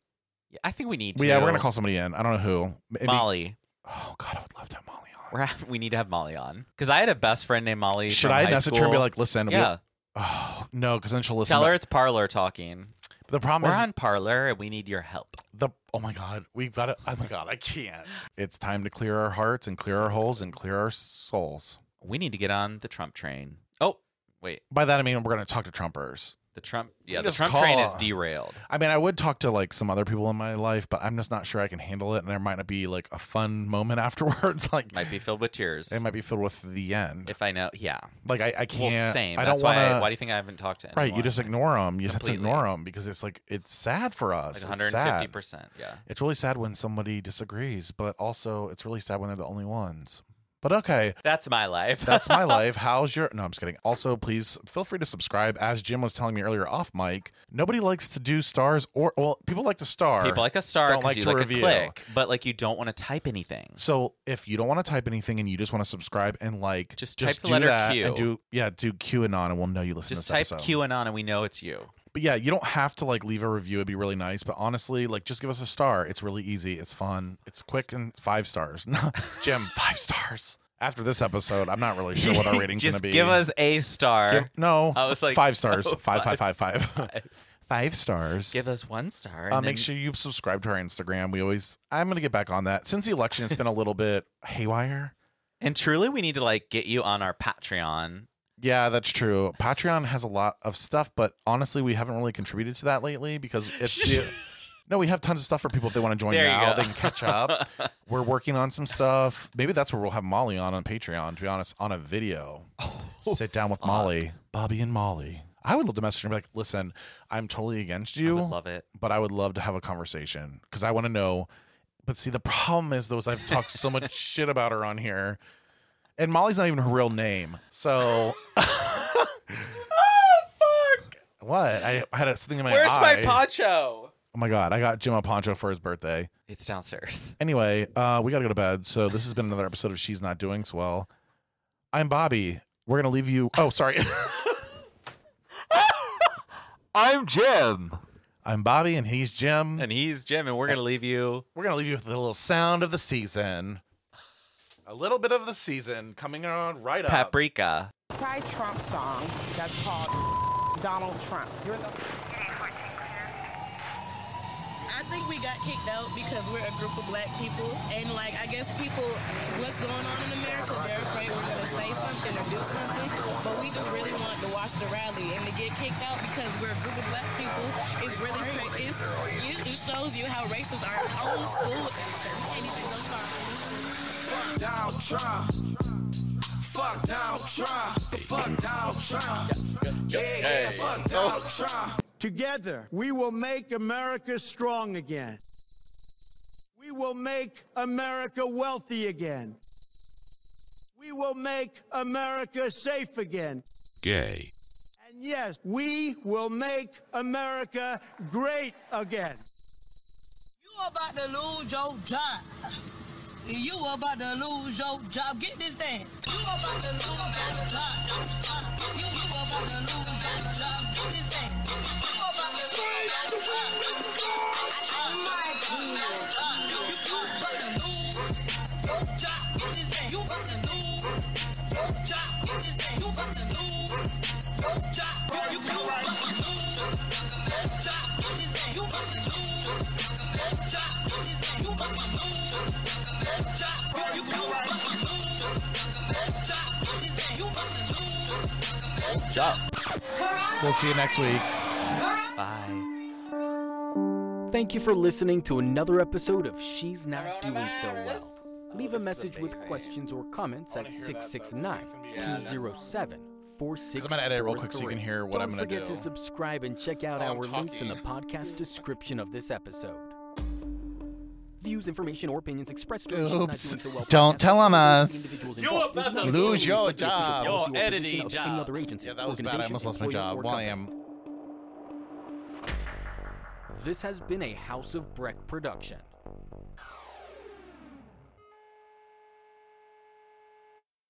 Speaker 6: Yeah, I think we need to.
Speaker 8: Yeah, we're gonna call somebody in. I don't know who. Maybe-
Speaker 6: Molly.
Speaker 8: Oh God, I would love to have Molly on.
Speaker 6: We're ha- we need to have Molly on because I had a best friend named Molly.
Speaker 8: Should
Speaker 6: from
Speaker 8: I
Speaker 6: high
Speaker 8: message her
Speaker 6: school.
Speaker 8: and be like, listen, we-
Speaker 6: yeah,
Speaker 8: oh, no, because then she'll listen.
Speaker 6: tell
Speaker 8: to-
Speaker 6: her it's Parlor talking.
Speaker 8: the problem
Speaker 6: We're
Speaker 8: is
Speaker 6: on Parlor and we need your help.
Speaker 8: the. Oh my God, we've got to. Oh my God, I can't. It's time to clear our hearts and clear our holes and clear our souls.
Speaker 6: We need to get on the Trump train. Oh, wait,
Speaker 8: By that I mean we're going to talk to Trumpers.
Speaker 6: the Trump.
Speaker 8: can
Speaker 6: Yeah, the
Speaker 8: just
Speaker 6: Trump train
Speaker 8: call.
Speaker 6: is derailed.
Speaker 8: I mean, I would talk to like some other people in my life, but I'm just not sure I can handle it, and there might not be like a fun moment afterwards. like
Speaker 6: Might be filled with tears.
Speaker 8: it might be filled with the end.
Speaker 6: If I know, yeah.
Speaker 8: like I, I
Speaker 6: Well,
Speaker 8: can't.
Speaker 6: same.
Speaker 8: I don't
Speaker 6: That's
Speaker 8: want
Speaker 6: why.
Speaker 8: to.
Speaker 6: Why do you think I haven't talked to anyone?
Speaker 8: Right, you just ignore them. You just have to
Speaker 6: Completely.
Speaker 8: ignore them because it's like it's sad for us.
Speaker 6: like
Speaker 8: It's sad.
Speaker 6: 150. percent Yeah.
Speaker 8: It's really sad when somebody disagrees, but also it's really sad when they're the only ones. But okay,
Speaker 6: That's my life.
Speaker 8: that's my life. How's your? No, I'm just kidding. Also, please feel free to subscribe. As Jim was telling me earlier off mic, nobody likes to do stars or well, people like to star.
Speaker 6: People like a star
Speaker 8: Don't
Speaker 6: because
Speaker 8: like
Speaker 6: you
Speaker 8: to
Speaker 6: like
Speaker 8: review.
Speaker 6: a click, but like you don't want to type anything.
Speaker 8: So if you don't want to type anything and you just want to subscribe and like,
Speaker 6: Just type the
Speaker 8: do
Speaker 6: letter
Speaker 8: that
Speaker 6: Q.
Speaker 8: And do yeah, do QAnon, and we'll know you listen
Speaker 6: Just
Speaker 8: to this
Speaker 6: type
Speaker 8: episode.
Speaker 6: QAnon and we know it's you.
Speaker 8: But yeah, you don't have to like leave a review. It'd be really nice. But honestly, like just give us a star. It's really easy. It's fun. It's quick and five stars. No, Jim, five stars. After this episode, I'm not really sure what our rating's
Speaker 6: Just
Speaker 8: gonna be.
Speaker 6: give us a star.
Speaker 8: Give- no.
Speaker 6: I was like
Speaker 8: five stars.
Speaker 6: oh,
Speaker 8: Five, five, five, five. Five stars.
Speaker 6: Give us one star.
Speaker 8: Uh,
Speaker 6: and
Speaker 8: make
Speaker 6: then-
Speaker 8: sure you subscribe to our Instagram. We always. I'm gonna get back on that. Since the election, it's been a little bit haywire.
Speaker 6: And truly, we need to like get you on our Patreon.
Speaker 8: Yeah, that's true. Patreon has a lot of stuff, but honestly, we haven't really contributed to that lately because it's the, no, we have tons of stuff for people if they want to join
Speaker 6: There you
Speaker 8: now.
Speaker 6: go.
Speaker 8: They can catch up. We're working on some stuff. Maybe that's where we'll have Molly on on Patreon. To be honest, on a video,
Speaker 6: Oh,
Speaker 8: sit down with Molly, Bobby, and Molly. I would love to message her and be like, "Listen, I'm totally against you.
Speaker 6: love it,
Speaker 8: but I would love to have a conversation because I want to know." But see, the problem is those I've talked so much shit about her on here, and Molly's not even her real name, so. What? I, I had a thing in my
Speaker 6: Where's my
Speaker 8: eye.
Speaker 6: poncho?
Speaker 8: Oh my god, I got Jim a poncho for his birthday.
Speaker 6: It's downstairs.
Speaker 8: Anyway, uh, we gotta go to bed. So this has been another episode of She's Not Doing So Well. I'm Bobby. We're gonna leave you. Oh, sorry. I'm Jim. I'm Bobby, and he's Jim.
Speaker 6: And he's Jim, and we're gonna leave you.
Speaker 8: We're gonna leave you with the little sound of the season. A little bit of the season coming on right up.
Speaker 6: Paprika.
Speaker 12: anti-Trump song that's called Donald Trump. You're the
Speaker 13: I think we got kicked out because we're a group of black people, and like I guess people, what's going on in America? They're afraid we're gonna say something or do something, but we just really want to watch the rally and to get kicked out because we're a group of black people. It's really cra- it's, it shows you how racist our own school. We can't even go to our own school.
Speaker 14: Fuck Donald Trump. Fuck Donald Trump. Fuck Donald Trump. Yeah, yeah, fuck Donald Trump.
Speaker 15: Together, we will make America strong again. We will make America wealthy again. We will make America safe again.
Speaker 16: Gay.
Speaker 15: And yes, we will make America great again.
Speaker 13: You about to lose your job. You about to lose your job. Get this dance. You about to lose your job. You, you about to lose your job. Get this dance. You about to lose your job. You, you, you about to lose your job. Get this dance. You about to lose your job. Get this dance. You about to lose your job. You, you, you about to lose your job. Get this dance. You about to lose your job. Get this dance. You about to lose your job. You, you, you about to lose your job. Get this dance. You about to lose your
Speaker 6: job.
Speaker 8: We'll see you next week.
Speaker 6: Bye.
Speaker 17: Thank you for listening to another episode of She's Not Doing So Well. Leave a message with questions or comments at 669 207
Speaker 8: 'Cause
Speaker 17: 4643.
Speaker 8: I'm gonna edit it real quick so you can hear what
Speaker 17: Don't
Speaker 8: I'm gonna
Speaker 17: forget
Speaker 8: do.
Speaker 17: to subscribe and check out
Speaker 8: While I'm
Speaker 17: our links in the
Speaker 8: talking.
Speaker 17: podcast description of this episode. Views, information, or opinions expressed during She's Not Doing
Speaker 8: Oops.
Speaker 17: So Well.
Speaker 8: Don't tell on us.
Speaker 17: You have not
Speaker 8: done Lose so. your job. Your editing
Speaker 17: Any
Speaker 8: job.
Speaker 17: other agency,
Speaker 8: Yeah, that was bad. I
Speaker 17: organization,
Speaker 8: almost lost my
Speaker 17: employer,
Speaker 8: job.
Speaker 17: or
Speaker 8: Well, I
Speaker 17: company. This has been a House of Breck production.